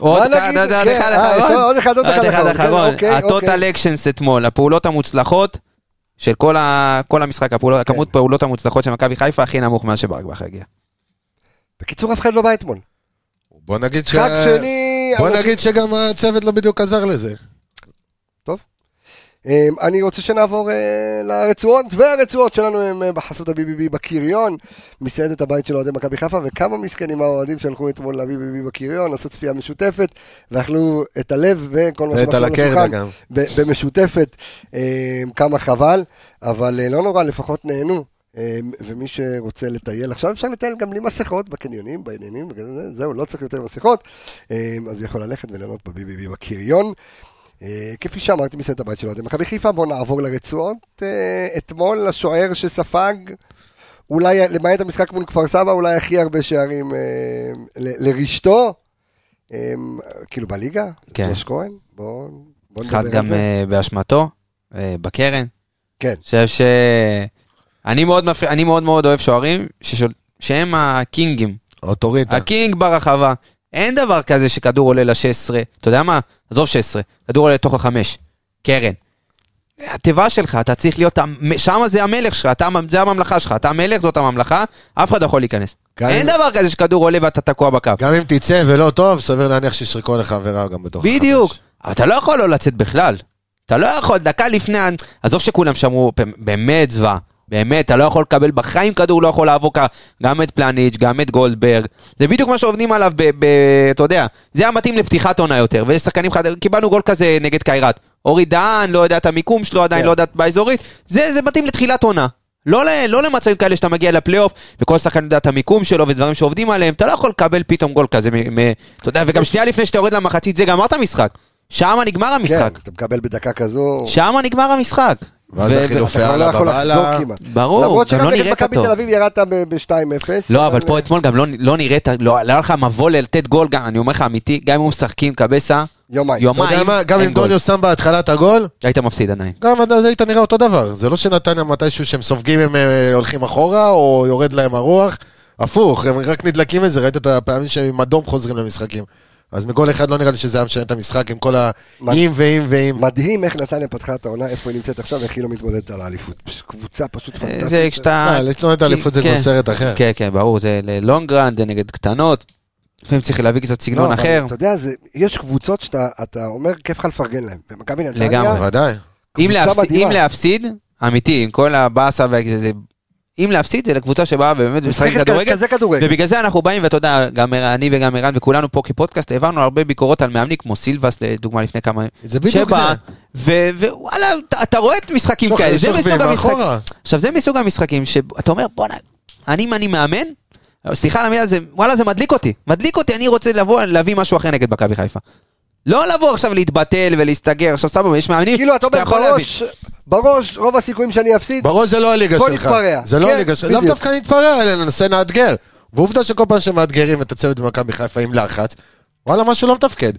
A: מה
D: עוד
A: נגיד?
D: אחד, עוד
A: כן,
D: אחד
A: אה,
D: אחרון.
A: עוד אחד, עוד אחד אחרון, כן, אוקיי,
D: הטוטל
A: אוקיי.
D: אקשנס אתמול, הפעולות המוצלחות של כל ה- כל המשחק, הפעולות-
A: כן.
D: הכמות פעולות המוצלחות של מכבי חיפה הכי נמוך מאז שברק בכר הגיע.
A: בקיצור, אף אחד לא בא אתמול.
E: בוא נגיד ש...
A: חג שני...
E: כן. בוא
A: אנשים-
E: נגיד שגם הצוות לא בדיוק עזר לזה.
A: אמ, אני רוצה שנעבור אה, לרצועות, והרצועות שלנו הם אה, בחסות ה-BBB בקריון, מסעדת הבית של אוהדי מכבי חיפה, וכמה מסכנים האוהדים שהלכו אתמול ל-BBB בקריון, עשו צפייה משותפת, ואכלו את הלב וכל מה
E: ואת
A: שמאכלו
E: על
A: על
E: הקרדה
A: השולחן
E: גם.
A: ב- במשותפת, אמ, כמה חבל, אבל אה, לא נורא, לפחות נהנו. אמ, ומי שרוצה לטייל, עכשיו אפשר לטייל גם בלי מסכות בקניונים, בעניינים, וכזה, זהו, לא צריך יותר מסכות, אמ, אז יכול ללכת וליהנות ב-BBB בקריון. אה, כפי שאמרתי, מסעד הבית של אוהדי מכבי חיפה, בואו נעבור לרצועות. אה, אתמול השוער שספג, אולי, למעט המשחק מול כפר סבא, אולי הכי הרבה שערים אה, ל- לרשתו, אה, כאילו בליגה,
D: כן.
A: ג'וש כהן, בואו בוא
D: אחד
A: נדבר על
D: גם
A: זה.
D: אה, באשמתו, אה, בקרן.
A: כן.
D: חושב ש... אני מאוד מפר- אני מאוד מאוד אוהב שוערים ששול- שהם הקינגים.
E: אוטוריטה.
D: הקינג ברחבה. אין דבר כזה שכדור עולה ל-16, אתה יודע מה? עזוב 16, כדור עולה לתוך החמש. קרן. התיבה שלך, אתה צריך להיות, המ- שם זה המלך שלך, אתה, המ- זה הממלכה שלך, אתה המלך, זאת הממלכה, אף אחד לא יכול להיכנס.
E: גם
D: אין
E: אם-
D: דבר כזה שכדור עולה ואתה תקוע בקו.
E: גם אם תצא ולא טוב, סביר להניח שישרקו לך עבירה גם בתוך החמש.
D: בדיוק. אבל אתה לא יכול לא לצאת בכלל. אתה לא יכול, דקה לפני, ה- עזוב שכולם שמעו, באמת זוועה. באמת, אתה לא יכול לקבל בחיים כדור, לא יכול לעבור ככה. גם את פלניץ', גם את גולדברג. זה בדיוק מה שעובדים עליו, ב, ב, אתה יודע, זה היה מתאים לפתיחת עונה יותר. ויש שחקנים חדשים, קיבלנו גול כזה נגד קיירת. אורי דהן, לא יודע את המיקום שלו עדיין,
A: כן.
D: לא יודעת באזורית. זה, זה מתאים לתחילת עונה. לא, ל- לא למצבים כאלה שאתה מגיע לפלייאוף, וכל שחקן יודע את המיקום שלו ודברים שעובדים עליהם, אתה לא יכול לקבל פתאום גול כזה, מ- מ- אתה יודע, וגם שנייה לפני שאתה יורד למחצית זה גמר את המשחק. שם נגמר המשחק.
A: כן, אתה מקבל בדקה כזו.
D: שם נגמר המשחק.
E: ואז
D: ו-
E: החילוף.
A: אתה כבר לא
E: יאללה,
A: יכול
E: בבאללה.
A: לחזור כמעט.
D: ברור,
A: למרות
D: גם
A: שגם
D: לא
A: נגד
D: נראית
A: מכבי
D: טוב.
A: תל אביב ירדת ב-2-0.
D: לא, אבל פה אתמול גם לא, לא נראית, לא לא היה לך מבוא לתת גול, גם, אני אומר לך אמיתי, גם אם הוא משחק עם קבסה,
A: יומיים.
E: אתה
D: יומיים,
E: יודע מה, גם
D: אין
E: אם
D: גול.
E: דוניו שם בהתחלה את הגול,
D: היית מפסיד עדיין.
E: גם עד אז היית נראה אותו דבר. זה לא שנתניה מתישהו שהם סופגים הם אה, הולכים אחורה, או יורד להם הרוח. הפוך, הם רק נדלקים מזה, ראית את הפעמים שהם עם אדום חוזרים למשחקים. אז מגול אחד לא נראה לי שזה היה משנה את המשחק עם כל
A: מה-
E: האם ואם ואם.
A: מדהים איך נתניה פתחה את העונה, איפה היא נמצאת עכשיו, ואיך היא לא מתמודדת על האליפות. פש- קבוצה פשוט פנטסטית.
D: אה, זה כשאתה...
E: אה, לתלונות האליפות זה
D: כן.
E: כבר סרט אחר.
D: כן, כן, ברור, זה ללונגרנד, זה נגד קטנות. לפעמים צריך להביא קצת סגנון
A: לא, אבל
D: אחר.
A: אתה יודע, זה- יש קבוצות שאתה אתה אומר, כיף לך לפרגן להם. במכבי נתניה,
D: לגמרי.
E: בוודאי.
D: אם,
A: קבוצה
D: להפס...
A: מדהימה.
D: אם להפסיד, אמיתי, עם כל הבאסה וזה... אם להפסיד זה לקבוצה שבאה באמת משחקת
A: משחקת
D: כדורגל,
A: כזה כדורגל.
D: ובגלל זה אנחנו באים, ואתה יודע, גם אני וגם ערן וכולנו פה כפודקאסט, העברנו הרבה ביקורות על מאמנים, כמו סילבס, לדוגמה, לפני כמה...
E: זה בדיוק זה.
D: שבא, ו- ווואלה, אתה- אתה רואה את משחקים
E: שוכ-
D: כאלה, זה
E: שוכבים
D: מסוג המשחקים.
E: מאחורה.
D: עכשיו, זה מסוג המשחקים שאתה אומר, בואנה, אני, אם אני מאמן, סליחה על המילה, זה, וואלה, זה מדליק אותי. מדליק אותי, אני רוצה לבוא, להביא משהו אחר נגד מכבי חיפה. לא לבוא עכשיו להתבטל ולהסתגר, עכשיו סבבה, יש מאמנים
A: כאילו, אתה אומר,
D: יכול להבין.
A: בראש, בראש, רוב הסיכויים שאני אפסיד,
E: בראש זה לא הליגה
A: בוא
E: שלך.
A: נתפרע.
E: זה לא
A: כן,
E: הליגה שלך. לאו
A: בדיוק.
E: דווקא נתפרע, אלא ננסה לאתגר. ועובדה שכל פעם שמאתגרים את הצוות במכבי חיפה עם לחץ, וואלה, משהו לא מתפקד.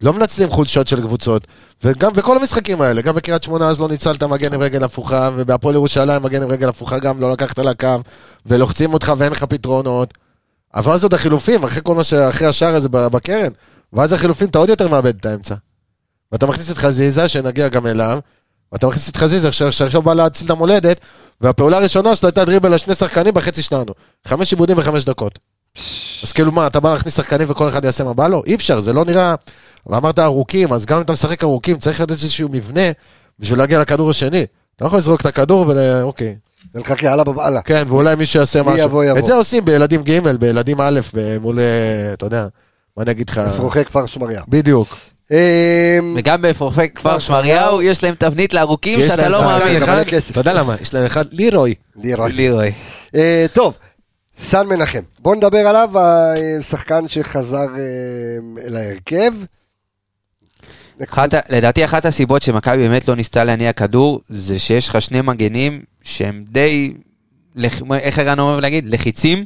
E: לא מנצלים חולשות של קבוצות, וגם בכל המשחקים האלה, גם בקריית שמונה אז לא ניצלת מגן עם רגל הפוכה, ובהפועל ירושלים מגן עם רגל הפוכה גם לא לקחת לקו, ולוחצים אותך ואין לך פתרונות. אבל אז עוד החילופים, אחרי כל מה ש... אחרי השער הזה ב- בקרן, ואז החילופים אתה עוד יותר מאבד את האמצע. ואתה מכניס את חזיזה, שנגיע גם אליו, ואתה מכניס את חזיזה, ש- שעכשיו בא להציל את המולדת, והפעולה הראשונה שלו הייתה דריבל לשני שחקנים בחצי שלנו. חמש עיבודים וחמש דקות. אז כאילו מה, אתה בא להכניס שחקנים וכל אחד יעשה מה בא לו? אי אפשר, זה לא נראה... ואמרת ארוכים, אז גם אם אתה משחק ארוכים, צריך להיות איזשהו מבנה בשביל להגיע לכדור השני. אתה לא יכול לזרוק את הכדור ול... אוקיי.
A: ולחכה, יאללה בבאללה.
E: כן, ואולי מישהו יעשה
A: מי
E: משהו.
A: יבוא, יבוא.
E: את זה עושים בילדים ג', בילדים א', ב- מול... אה, אתה יודע, מה אני אגיד לך?
A: אפרוחי כפר שמריה.
E: בדיוק.
A: אמ,
D: וגם בפורפי כפר שמריהו, יש להם תבנית לארוכים
E: שיש
D: שאתה
E: להם
D: לא
E: שחקן
D: מאמין.
A: גם
E: אחד-
A: מלא כסף.
E: אתה יודע למה? יש להם אחד, לירוי.
A: לירון.
D: לירוי.
A: אה, טוב, סן מנחם. בואו נדבר עליו, השחקן שחזר אה, להרכב.
D: אחת, ה- לדעתי אחת הסיבות שמכבי באמת לא ניסתה להניע כדור, זה שיש לך שני מגנים שהם די, לח- איך ערן אוהב להגיד? לחיצים.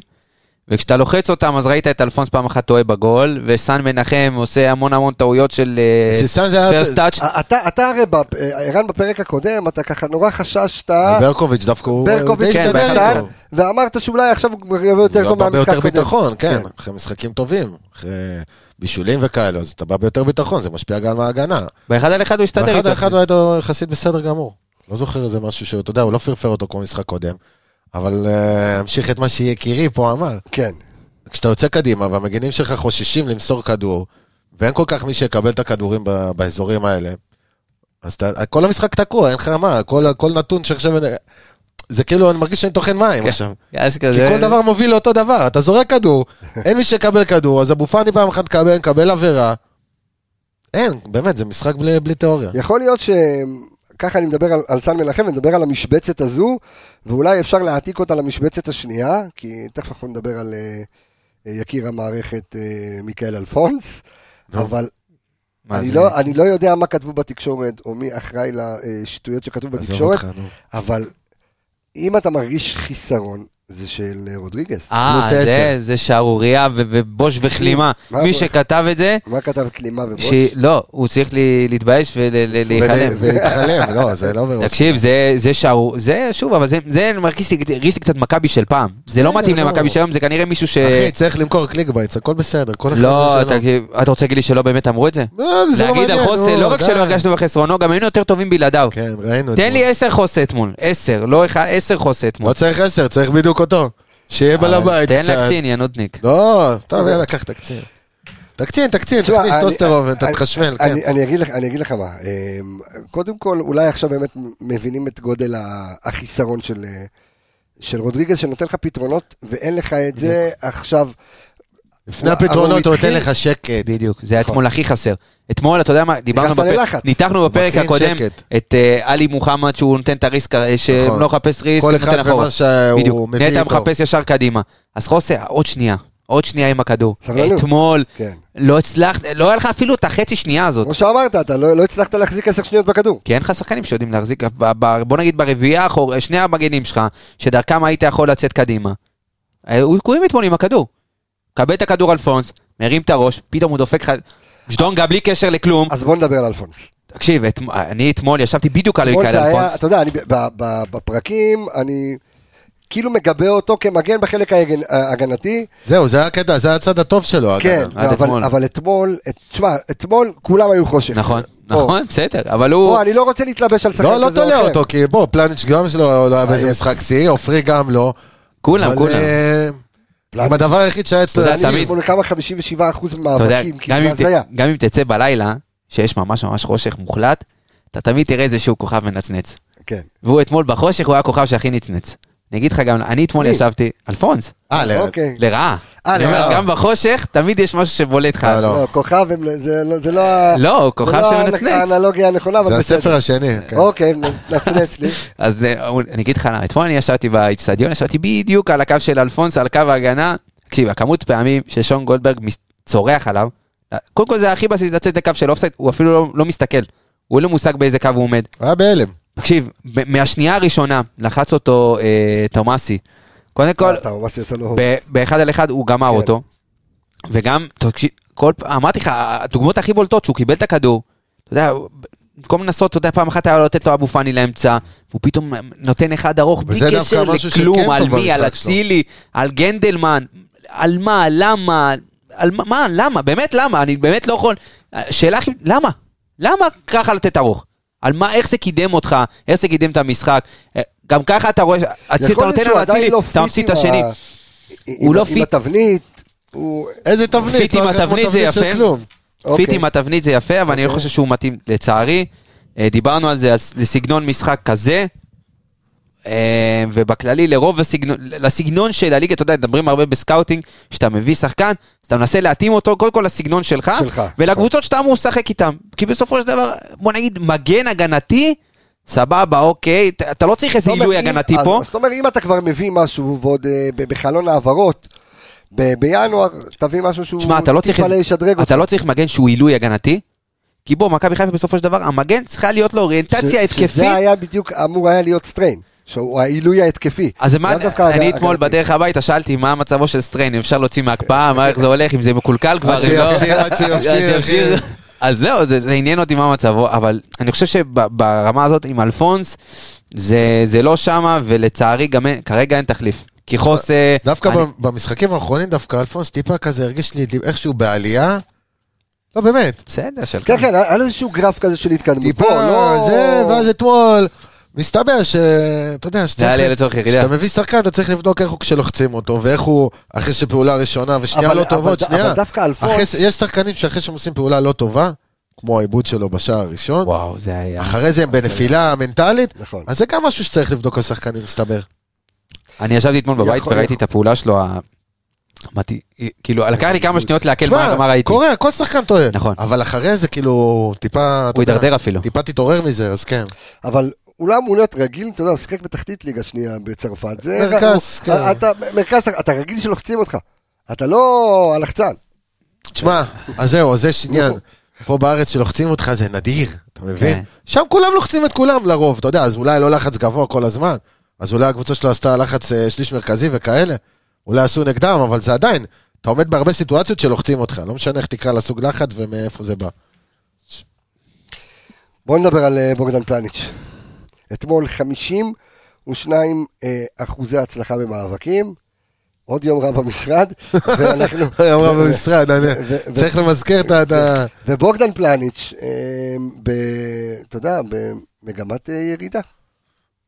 D: וכשאתה לוחץ אותם, אז ראית את אלפונס פעם אחת טועה בגול, וסן מנחם עושה המון המון טעויות של אה,
E: אצל סאן זה היה-
D: פרסט טאץ'.
A: אה, אתה אתה הרי, בפ- אה, ערן, בפרק הקודם, אתה ככה נורא חששת,
E: אה, ברקוביץ' דווקא הוא...
A: ברקוביץ'
E: די
D: כן,
E: הסתדר
D: בסדר.
A: וסן,
E: איתו.
A: ואמרת שאולי עכשיו הוא כבר יבוא יותר
E: אתה
A: טוב
E: לא בא
A: מהמשחק
E: ביותר
A: הקודם.
E: ביטחון, כן, אחרי משחקים טובים, אחרי בישולים וכאלה, אז אתה בא ביותר ביטחון, זה משפיע גם על ההגנה.
D: באחד על אחד הוא הסתדר
E: ואחד
D: איתו.
E: אחד הוא היה איתו יחסית בסדר גמור. לא זוכר איזה משהו שאתה יודע, הוא לא פרפר אותו כמו משחק קודם, אבל אה, אמשיך את מה שיקירי פה אמר.
A: כן.
E: כשאתה יוצא קדימה והמגינים שלך חוששים למסור כדור, ואין כל כך מי שיקבל את הכדורים ב- באזורים האלה, אז אתה, כל המשחק תקוע, אין לך מה, כל, כל נתון שעכשיו... זה כאילו, אני מרגיש שאני טוחן מים
D: כן.
E: עכשיו.
D: יש
E: כי
D: כזה-
E: כל דבר מוביל לאותו דבר, אתה זורק כדור, אין מי שיקבל כדור, אז אבו פאני פעם אחת מקבל, מקבל עבירה. אין, באמת, זה משחק בלי, בלי תיאוריה.
A: יכול להיות ש... ככה אני מדבר על, על סן מנחם, ונדבר על המשבצת הזו, ואולי אפשר להעתיק אותה למשבצת השנייה, כי תכף אנחנו נדבר על אה, אה, יקיר המערכת אה, מיכאל אלפונס,
E: טוב.
A: אבל
D: מה
A: אני
D: זה?
A: לא, אני לא יודע מה כתבו בתקשורת, או מי אחראי לשטויות שכתבו
E: עזוב
A: בתקשורת,
E: אותך, נו.
A: אבל אם אתה מרגיש חיסרון, זה של אה, רודריגז.
D: אה,
E: פלוס
D: זה-
E: עשר.
D: זה שערורייה ו- ובוש וכלימה.
A: מה
D: מי
A: בוש?
D: שכתב את זה,
A: מה כתב קלימה ובוש?
D: ש- לא, הוא צריך ל- להתבייש ולהיחלם.
E: ול- ולהתחלם, לא, זה לא בראש.
D: תקשיב, זה, זה שערו, זה שוב, אבל זה, זה מרגיש לי, הרגיש לי קצת מכבי של פעם. זה לא
E: בסדר,
D: מתאים
E: ברור.
D: למכבי של היום, זה כנראה מישהו ש...
E: אחי, צריך למכור קליקבייטס, הכל בסדר, כל אחד
D: אה, לא,
E: ושלו.
D: תגיד, אתה רוצה להגיד לי שלא באמת אמרו את זה?
E: לא, זה לא
D: להגיד על
E: מעניין,
D: חוסה,
E: נו,
D: לא רק
E: די.
D: שלא הרגשנו בחסרונו, גם היינו יותר טובים בלעדיו.
E: כן, ראינו את
D: תן
E: זה.
D: לי עשר חוסה אתמול, עשר, לא אחד, עשר חוסה אתמול.
E: לא צריך עשר, צריך בדיוק אותו. שיהיה בעל הבית
D: אה, תן
E: קצת.
D: לקצין, ינודניק.
E: לא, טוב, יאללה, קח תקצין. תקצין, תקצין,
A: תשמע,
E: כן, תכניס
A: אני-
E: טוסטרוב,
A: אני-
E: תתחשמל, כן.
A: אני, אני, אגיד לך, אני אגיד לך מה, אה, קודם כל, אולי עכשיו באמת מבינים את גודל ה- החיסרון של, אה, של רודריגז, שנותן לך פתרונות, ואין לך את זה עכשיו.
E: לפני
A: הוא- אבל
E: הפתרונות
A: הוא
E: הוא נותן
A: התחיל-
E: לך שקט.
D: בדיוק, זה היה
E: נכון.
D: אתמול הכי חסר. אתמול, אתה יודע מה, דיברנו
A: נכנסת
D: בפרק,
A: ללחץ.
D: ניתחנו בפרק
E: מתחיל
D: הקודם
E: שקט.
D: את אה, עלי מוחמד שהוא נותן את הריסק, אה,
E: נכון.
D: שלא מחפש ריסק,
E: כל
D: נותן
E: אחד
D: אחורה.
E: ומה שהוא
D: בדיוק,
E: מביא
D: נטע
E: איתו.
D: מחפש ישר קדימה. אז חוסה, עוד שנייה, עוד שנייה עם הכדור.
A: סבלנות.
D: אתמול,
A: כן.
D: לא הצלחת, לא היה לך אפילו את החצי שנייה הזאת.
A: כמו שאמרת, אתה לא, לא הצלחת להחזיק עשר שניות בכדור.
D: כי אין לך שחקנים שיודעים להחזיק, ב- ב- בוא נגיד ברביעייה האחור, אה, שני המגנים שלך, שדרכם היית יכול לצאת קדימה. היו תקועים אתמול עם הכדור. קבל את הכדור אלפונס, מרים את הראש, פתאום הוא דופק לך ז'דונגה בלי קשר לכלום.
A: אז בוא נדבר על אלפונס.
D: תקשיב, את- אני אתמול ישבתי בדיוק על
A: אתמול
D: מיקל
A: זה היה,
D: אלפונס.
A: אתה יודע, אני, ב, ב, ב, בפרקים, אני כאילו מגבה אותו כמגן בחלק ההגן- ההגנתי,
E: זהו, זה הקטע, זה הצד הטוב שלו,
A: כן,
E: ההגנה.
D: עד
A: אבל,
D: אתמול.
A: אבל אתמול, את- תשמע, אתמול כולם היו חושך.
D: נכון,
A: או,
D: נכון, בסדר, אבל
A: או,
D: הוא...
A: אני לא רוצה להתלבש על שחקן
E: לא, לא
A: כזה או
E: תולה
A: אחר.
E: אותו, כי בוא, פלניץ' גם שלו לא היה באיזה
A: אה,
E: משחק שיא, עופרי גם לא.
D: כולם,
E: אבל,
D: כולם.
E: אה, אם הדבר היחיד שהיה אצלו...
D: אתה יודע,
E: יציב-
D: תמיד-
A: שמונה כמה 57 אחוז
D: אתה יודע,
A: מאבקים,
D: גם
A: כאילו
D: אם
A: זה
D: ת-
A: הזיה.
D: גם אם תצא בלילה, שיש ממש ממש חושך מוחלט, אתה תמיד תראה איזשהו כוכב מנצנץ.
A: כן.
D: והוא אתמול בחושך, הוא היה הכוכב שהכי נצנץ. אני אגיד לך גם, אני אתמול
A: מי?
D: ישבתי, אלפונס,
E: אה, ל-
A: אוקיי.
D: לרעה.
A: אה,
D: אני אומר,
E: לרעה.
D: גם בחושך, תמיד יש משהו שבולט לך.
E: לא,
A: לא, כוכב, הם- זה לא- זה לא ה-
D: לא, הוא
A: זה
D: כוכב
A: לא
D: שמנצנץ.
A: האנלוגיה הנכונה, אבל
E: זה
A: בסדר.
E: הספר השני. כן.
A: אוקיי, נצנץ לי.
D: אז אה, הוא- אני אגיד לך למה, אתמול אני ישבתי באצטדיון, ישבתי בדיוק על הקו של אלפונס, על קו ההגנה. תקשיב, הכמות פעמים ששון גולדברג מס- צורח עליו, קודם כל זה הכי בסיס לצאת לקו של אופסייד, הוא אפילו לא, לא מסתכל. הוא אין לו מושג באיזה קו הוא עומד.
E: הוא היה בהלם.
D: תקשיב, ב- מהשנייה הראשונה לחץ אותו אה, תומאסי. קודם כל,
A: אתה ממש יוצא לו...
D: ב- באחד על אחד הוא גמר
A: כן.
D: אותו. וגם, תקשיב, כל פ- אמרתי לך, הדוגמאות הכי בולטות, שהוא קיבל את הכדור, אתה יודע, במקום לנסות, אתה יודע, פעם אחת היה לו לתת לו אבו פאני לאמצע, הוא פתאום נותן אחד ארוך בלי
E: וזה
D: קשר
E: דווקא משהו
D: לכלום,
E: שכן
D: על
E: טוב
D: מי, על
E: במשחק שלו.
D: אצילי, על גנדלמן, על מה, למה, על מה- מה, למה, באמת למה, אני באמת לא יכול, שאלה הכי, למה? למה ככה לתת ארוך? על מה, איך זה קידם אותך, איך זה קידם את המשחק, אה, גם ככה אתה רואה, אצילי, אתה
A: יכול להיות
D: נותן
A: שהוא
D: על
A: עדיין
D: אצילי,
A: לא
D: אתה
A: פיט
D: מפסיד את
A: עם
D: השני.
A: ה-
D: הוא
A: עם-
D: לא
A: עם
D: פיט.
A: התבנית, הוא...
E: איזה תבנית.
D: פיט עם
E: לא היה כמו
D: התבנית זה
E: תבנית של
D: יפה.
E: כלום.
A: אוקיי.
D: פיט עם התבנית זה יפה, אבל אני לא חושב שהוא מתאים, לצערי. אה, דיברנו על זה, אז לסגנון משחק כזה, אה, ובכללי לרוב הסגנון, לסגנון של הליגה, אתה יודע, מדברים הרבה בסקאוטינג, שאתה מביא שחקן, אז אתה מנסה להתאים אותו קודם כל לסגנון שלך,
A: שלך.
D: ולקבוצות שאתה אמור לשחק איתם. כי בסופו של דבר, בוא נגיד, מגן הגנתי, סבבה, אוקיי, ת- אתה לא צריך איזה
A: זאת
D: עילוי
A: אומרת, אם-
D: הגנתי
A: אז-
D: פה.
A: אז זאת אומרת, אם אתה כבר מביא משהו, ועוד אה, ב- בחלון העברות, ב- בינואר, תביא משהו שהוא...
D: תשמע, אתה לא צריך...
A: טיפה לשדרג אותו.
D: אתה לא צריך מגן שהוא עילוי הגנתי. כי בוא, מכבי חיפה בסופו של דבר, המגן צריכה להיות לו אוריינטציה
A: ש-
D: התקפית.
A: שזה היה בדיוק, אמור היה להיות סטריין, שהוא העילוי ההתקפי.
D: אז מה,
A: לאו דווקא
D: אני
A: הג-
D: אתמול
A: הגנתי.
D: בדרך הביתה שאלתי מה מצבו של סטריין, אם אפשר להוציא מההקפאה, מה איך זה הולך, אם זה מקולקל כבר,
E: עד
D: אם לא.
E: שיפשיר, עד שיפשיר, אחי.
D: אז זהו, זה, זה עניין אותי מה מצבו, אבל אני חושב שברמה הזאת עם אלפונס, זה, זה לא שמה, ולצערי גם אין, כרגע אין תחליף. כי חוס... אה,
E: דווקא
D: אני-
E: ב- במשחקים האחרונים, דווקא אלפונס טיפה כזה הרגיש לי טיפ- איכשהו בעלייה. לא, באמת.
D: בסדר, שלך.
A: כן, כן, היה היה לו איזשהו גרף כזה של התקדמות.
E: טיפה,
A: בוא, לא-
E: זה, ואז אתמול, מסתבר ש... אתה יודע, שצריך...
D: זה היה לי לצורך ירידה.
E: כשאתה מביא שחקן, אתה צריך לבדוק איך הוא כשלוחצים אותו, ואיך הוא, אחרי שפעולה ראשונה ושנייה
A: אבל-
E: לא
A: אבל-
E: טובות,
A: אבל
E: שנייה.
A: דווקא אלפונס-
E: אחרי ש- יש שחקנים שאחרי שהם עושים פעולה לא טובה, כמו העיבוד שלו בשער הראשון,
D: וואו, זה היה...
E: אחרי זה הם בנפילה מנטלית,
A: נכון.
E: אז זה גם משהו שצריך לבדוק על שחקנים, מסתבר.
D: אני ישבתי אתמול בבית
A: יכול-
D: וראיתי את הפעולה שלו, ה- אמרתי, כאילו, לקח לי כמה שניות לעכל מה מה ראיתי.
E: קורה, כל שחקן טועה.
D: נכון.
E: אבל אחרי זה כאילו, טיפה... אתה
D: הוא
E: יודע,
D: הידרדר אפילו.
E: טיפה תתעורר מזה, אז כן.
A: אבל אולי אמור להיות רגיל, אתה יודע, הוא שיחק בתחתית ליגה שנייה בצרפת. זה-
E: מרכז,
A: הוא-
E: כן.
A: אתה- מרכז, אתה רגיל שלוחצים אותך. אתה לא הלחצן.
E: תשמע, אז זהו, אז יש עניין. פה בארץ שלוחצים אותך זה נדיר, אתה
D: כן.
E: מבין? שם כולם לוחצים את כולם לרוב, אתה יודע, אז אולי לא לחץ גבוה כל הזמן, אז אולי הקבוצה שלו עשתה לחץ אה, שליש מרכזי וכאלה, אולי עשו נגדם, אבל זה עדיין, אתה עומד בהרבה סיטואציות שלוחצים אותך, לא משנה איך תקרא לסוג לחץ ומאיפה זה בא.
A: בואו נדבר על אה, בוגדן פלניץ'. אתמול 52 אה, אחוזי הצלחה במאבקים. עוד יום רע במשרד, ואנחנו...
E: היא אמרה במשרד, אני
A: ו- ו-
E: צריך למזכיר את ה- את ה...
A: ובוגדן פלניץ', אה, ב- אתה יודע, במגמת אה, ירידה.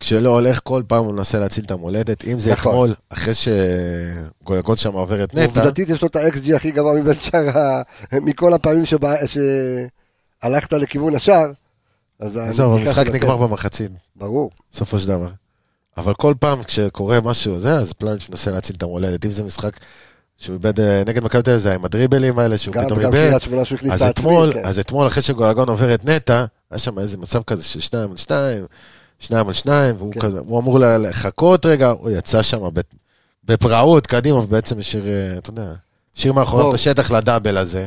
E: כשלא הולך כל פעם הוא מנסה להציל את המולדת, אם זה
A: נכון.
E: אתמול, אחרי שגולגות שם עובר את נטע,
A: עובדתית יש לו את האקס-ג'י הכי גבוה מבין שאר ה... מכל הפעמים שבה... שהלכת לכיוון השער. אז
E: עזוב,
A: הנגיחה
E: המשחק
A: שלו,
E: נגמר
A: כן,
E: במחצית.
A: ברור.
E: בסופו של דבר. אבל כל פעם כשקורה משהו זה, אז פלניץ' מנסה להציל את המולדת. אם זה משחק שהוא איבד אה, נגד מכבי תל אביב, זה היה עם הדריבלים האלה שהוא
A: גם
E: פתאום
A: גם
E: איבד.
A: קריית שמונה שהוא הכניס את
E: אז
A: העצמי.
E: אתמול,
A: כן.
E: אז אתמול אחרי שגולגון עובר את נטע, היה שם איזה מצב כזה של שניים על שניים, שניים על שניים, והוא
A: כן.
E: כזה, הוא אמור ל- לחכות רגע, הוא יצא שם ב- בפראות קדימה, ובעצם השאיר, אה, אתה יודע, השאיר מאחוריו
A: בור.
E: את השטח לדאבל הזה.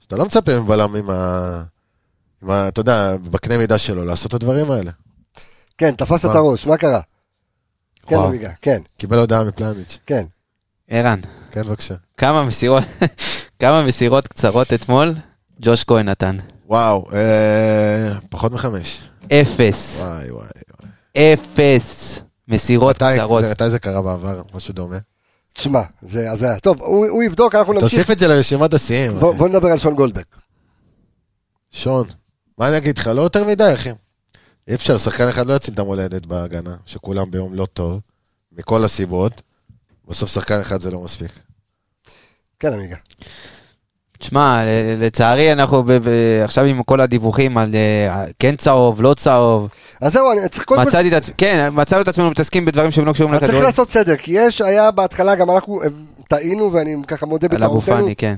E: שאתה לא מצפה מבלם עם ה... עם ה... אתה יודע, בקנה מידה שלו, לעשות את הדברים האלה.
A: כן, תפס את
E: וואו.
A: הראש, מה קרה? כן,
D: וואו.
A: אביגה, כן,
E: קיבל הודעה מפלניץ'.
A: כן.
D: ערן,
E: כן, בבקשה.
D: כמה מסירות, כמה מסירות קצרות אתמול ג'וש כהן נתן.
E: וואו, אה, פחות מחמש.
D: אפס,
E: וואי, וואי.
D: אפס מסירות
E: מתי
D: קצרות.
E: זה- מתי זה קרה בעבר? משהו דומה.
A: תשמע, זה הזיה. טוב, הוא הוא יבדוק, אנחנו נמשיך.
E: תוסיף את זה לרשימת השיאים.
A: בוא-
E: אחי.
A: בוא נדבר על שון גולדברג.
E: שון, מה אני אגיד לך? לא יותר מדי, אחי. אי אפשר, שחקן אחד לא יציל את המולדת בהגנה, שכולם ביום לא טוב, מכל הסיבות. בסוף שחקן אחד זה לא מספיק.
A: כן, עמיגה.
D: תשמע, ל- לצערי אנחנו ב- ב- עכשיו עם כל הדיווחים על אה, כן צהוב, לא צהוב.
A: אז זהו, אני צריך קודם כל...
D: מצאתי את עצמי, כן, מצאנו את עצמנו מתעסקים בדברים שהם לא קשורים
A: אז צריך
D: לכדורגל.
A: לעשות סדר, כי יש, היה בהתחלה, גם אנחנו אה, טעינו, ואני ככה מודה
D: על אבו
A: בטעותנו.
D: פאני, כן.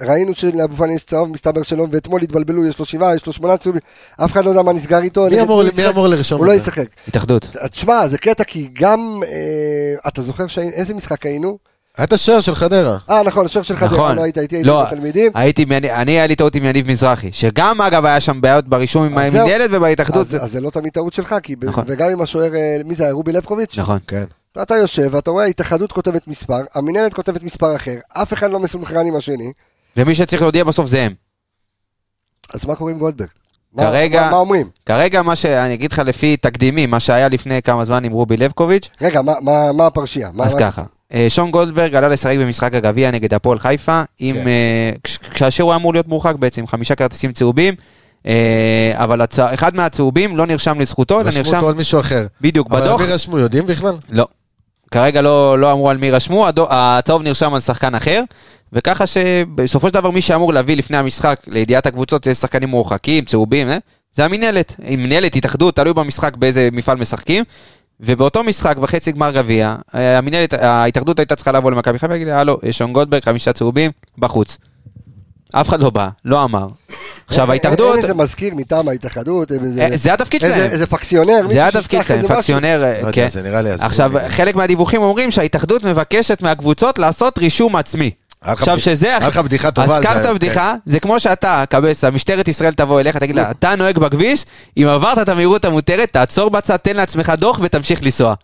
A: ראינו שלאבו פאני יש צהוב, מסתבר שלא, ואתמול התבלבלו, יש לו שבעה, יש לו שמונה צהובים, אף אחד לא יודע מה נסגר איתו.
E: מי
A: נגד
E: אמור-
A: הוא
E: מי
A: ישחק?
E: אמור לרשום
A: הוא לא
E: את זה?
A: ישחק.
D: התאחדות.
A: תשמע, זה קטע, כי גם... אה, אתה זוכר שהי- איזה משחק היינו?
E: היה את השוער של חדרה.
A: אה, נכון, השוער שלך,
D: נכון.
A: לא היית איתי, הייתי
D: לא,
A: בתלמידים.
D: הייתי, עם יני- אני היה לי טעות עם יניב מזרחי, שגם אגב היה שם בעיות ברישום עם
A: אז
D: עם
A: זהו.
D: ילד ובהתאחדות.
A: אז, אז זה לא תמיד טעות שלך, כי ב-
D: נכון.
A: וגם עם השוער, אה, מי זה היה? רובי לבקוביץ'?
D: נכון.
E: כן.
A: ואתה יושב, ואתה רואה, ההתאחדות כותבת מספר, המינהלת כותבת מספר אחר, אף אחד לא מסונכרן עם השני,
D: ומי שצריך להודיע בסוף זה הם.
A: אז מה קורה עם גולדברג? מה-
D: כרגע-
A: מה, מה אומרים?
D: כרגע מה שאני אגיד לך לפי תקדימי, מה שהיה לפני כמה זמן עם רובי לבקוביץ',
A: רגע, מה, מה, מה הפרשייה? מה,
D: אז
A: מה...
D: ככה. אה, שון גולדברג עלה לשחק במשחק הגביע נגד הפועל חיפה, עם,
A: כן.
D: אה, כש- כאשר הוא היה אמור להיות מורחק בעצם, עם חמישה כרטיסים צהובים, אה, אבל הצ- אחד מהצהובים לא נרשם לזכותו, אלא
E: רשמו
D: נרשם
E: אותו על מישהו אחר.
D: בדיוק
E: אבל על
D: בדוח.
E: מי רשמו, יודעים בכלל?
D: לא. כרגע לא, לא אמרו על מי רשמו, הדו- הצהוב נרשם על שחקן אחר, וככה שבסופו של דבר מי שאמור להביא לפני המשחק לידיעת הקבוצות, יש שחקנים מורחקים, צהובים, אה? זה המינהלת. עם מינהלת, התאחדות, תלוי במשחק באיזה מפעל משחקים. ובאותו משחק, בחצי גמר גביע, אה, המינהלת, ההתאחדות הייתה צריכה לבוא למכבי חיפה ולהגיד, הלו, יש שון גולדברג, חמישה צהובים, בחוץ. אף אחד לא בא, לא אמר. עכשיו,
A: אה, אין
D: ההתאחדות,
A: איזה מזכיר מטעם ההתאחדות, אין איזה...
D: אה, זה התפקיד
A: איזה-
D: שלהם.
A: איזה פקסיונר, מישהו
D: זה
A: שיפתח
D: התפקיד שלהם,
A: איזה משהו.
D: פקסיונר, אה,
E: לא יודע,
D: כן.
E: זה נראה לי הזוי.
D: עכשיו,
E: נגיד.
D: חלק מהדיווחים אומרים שההתאחדות מבקשת מהקבוצות לעשות רישום עצמי.
E: היה לך
D: עכשיו
E: בדיח-
D: שזה...
E: היה לך בדיחה טובה
D: אז
E: על זה כן.
D: קח את
E: היום,
D: הבדיחה, זה כמו שאתה, קבסה, משטרת ישראל תבוא אליך, תגיד לה, אתה נוהג בכביש, אם עברת את המהירות המותרת, תעצור בצד, תן לעצמך דוח ותמשיך לנסוע.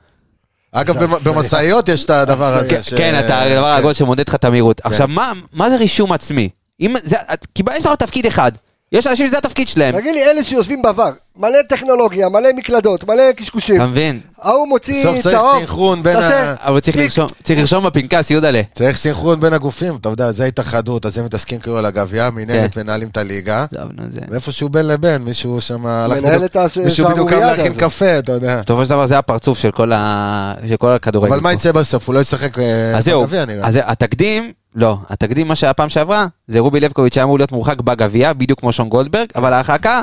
E: אגב, במ-
A: הזוי.
E: במשאיות יש את הדבר הזה. ש-
D: כן, אתה הדבר
E: כן.
D: העגול שמודד לך את המהירות. עכשיו, מה- מה זה רישום עצמי? אם זה- את- כי יש לנו תפקיד אחד. יש אנשים שזה התפקיד שלהם.
A: תגיד לי, אלה שיושבים בעבר, מלא טכנולוגיה, מלא מקלדות, מלא קשקושים,
D: אתה מבין?
A: ההוא מוציא צהוב,
E: בסוף צריך סינכרון בין
A: תעשה-
E: ה-
D: אבל צריך
A: פיק.
D: לרשום- צריך לרשום בפנקס, יודלה.
E: צריך סינכרון בין הגופים, אתה יודע, זה התאחדות, אז הם מתעסקים כאילו על הגביע,
A: כן.
E: מינהלת מנהלים את הליגה,
D: עזוב, נו, זה-
E: ואיפשהו בין לבין, מישהו שם הלך
A: מנהל
E: בדיוק,
A: את הש-
E: מישהו בדיוק קם
A: השערוריאדה
E: להכין
A: הזאת.
E: קפה, אתה יודע.
D: בסופו של דבר זה הפרצוף של כל ה- של כל הכדורגל.
E: אבל מה
D: פה.
E: יצא בסוף, הוא לא ישחק אה,
D: אז זהו,
E: בגביע נראה.
D: אז זה- התקדים, לא, התקדים מה שהיה פעם שעברה, זה רובי לבקוביץ' שהיה אמור להיות מורחק בגביע, בדיוק כמו שון גולדברג, אבל ההרחקה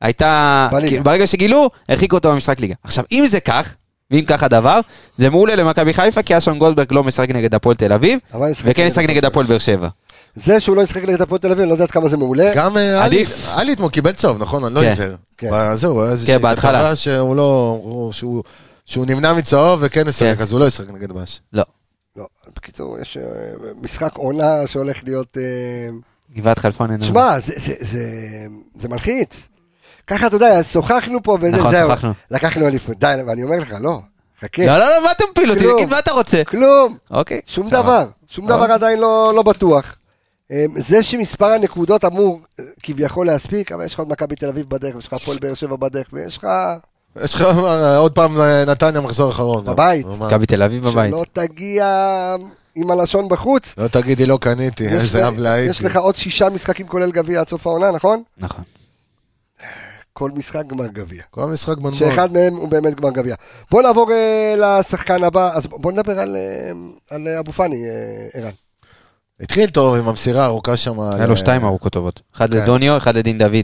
D: הייתה,
A: בליגה.
D: כי- ברגע שגילו, הרחיקו אותו במשחק ליגה. עכשיו, אם זה כך, ואם כך הדבר, זה מעולה למכבי חיפה, כי אשון גולדברג לא משחק נגד הפועל תל אביב,
A: אבל ישחק
D: וכן
A: נגד
D: ישחק נגד הפועל באר שבע.
A: זה שהוא לא ישחק נגד הפועל תל אביב, אני לא יודע עד כמה זה מעולה.
E: גם אה, עלי-
D: עדיף.
E: עלי אתמול קיבל צהוב, נכון? אני לא
D: כן.
E: עיוור.
A: כן.
E: אבל זהו, איזה
D: כן, בהתחלה.
E: שהוא לא, הוא- שהוא- שהוא נמנע מצהוב וכן ישחק,
A: כן.
E: אז הוא לא ישחק נגד באש.
D: לא,
A: לא, בקיצור, יש אה, משחק עונה שהולך להיות... אה,
D: גבעת חלפון אינו.
A: תשמע, זה- זה- זה- זה מלחיץ. ככה, אתה יודע, שוחחנו פה וזה,
D: נכון,
A: זהו.
D: שוחחנו.
A: לקחנו אליפות. די, ואני אומר לך, לא, חכה.
D: לא, לא, לא, מה אתה מפיל אותי?
A: כלום.
D: תגיד מה אתה רוצה.
A: כלום,
D: אוקיי.
A: שום
D: סבבה. אוקיי.
A: דבר. שום
D: סבבה.
A: דבר עדיין לא לא בטוח. אה, זה שמספר הנקודות אמור אה, כביכול להספיק, אבל יש לך עוד מכבי תל אביב בדרך, ויש לך הפועל באר שבע בדרך, ויש לך...
E: יש לך אה, עוד פעם אה, נתניה מחזור אחרון.
A: בבית.
E: נו, מה?
D: מכבי תל אביב בבית.
A: שלא תגיע עם הלשון בחוץ.
E: לא תגידי לא קניתי,
A: יש לך-
E: איזה עוולה הייתי.
A: יש לך עוד שישה משחקים כולל גביע עד סוף העונה, נכון?
D: נכון.
A: כל משחק גמר גביע.
E: כל משחק בנבון.
A: שאחד מהם הוא באמת גמר גביע. בוא נעבור אה, לשחקן הבא, אז בוא נדבר על, אה, על אה, אבו פאני, אה, ערן.
E: התחיל טוב עם המסירה הארוכה שם.
D: היה
A: אה,
D: לו שתיים ארוכות טובות. אחד
E: כן.
D: לדוניו, אחד לדין דוד.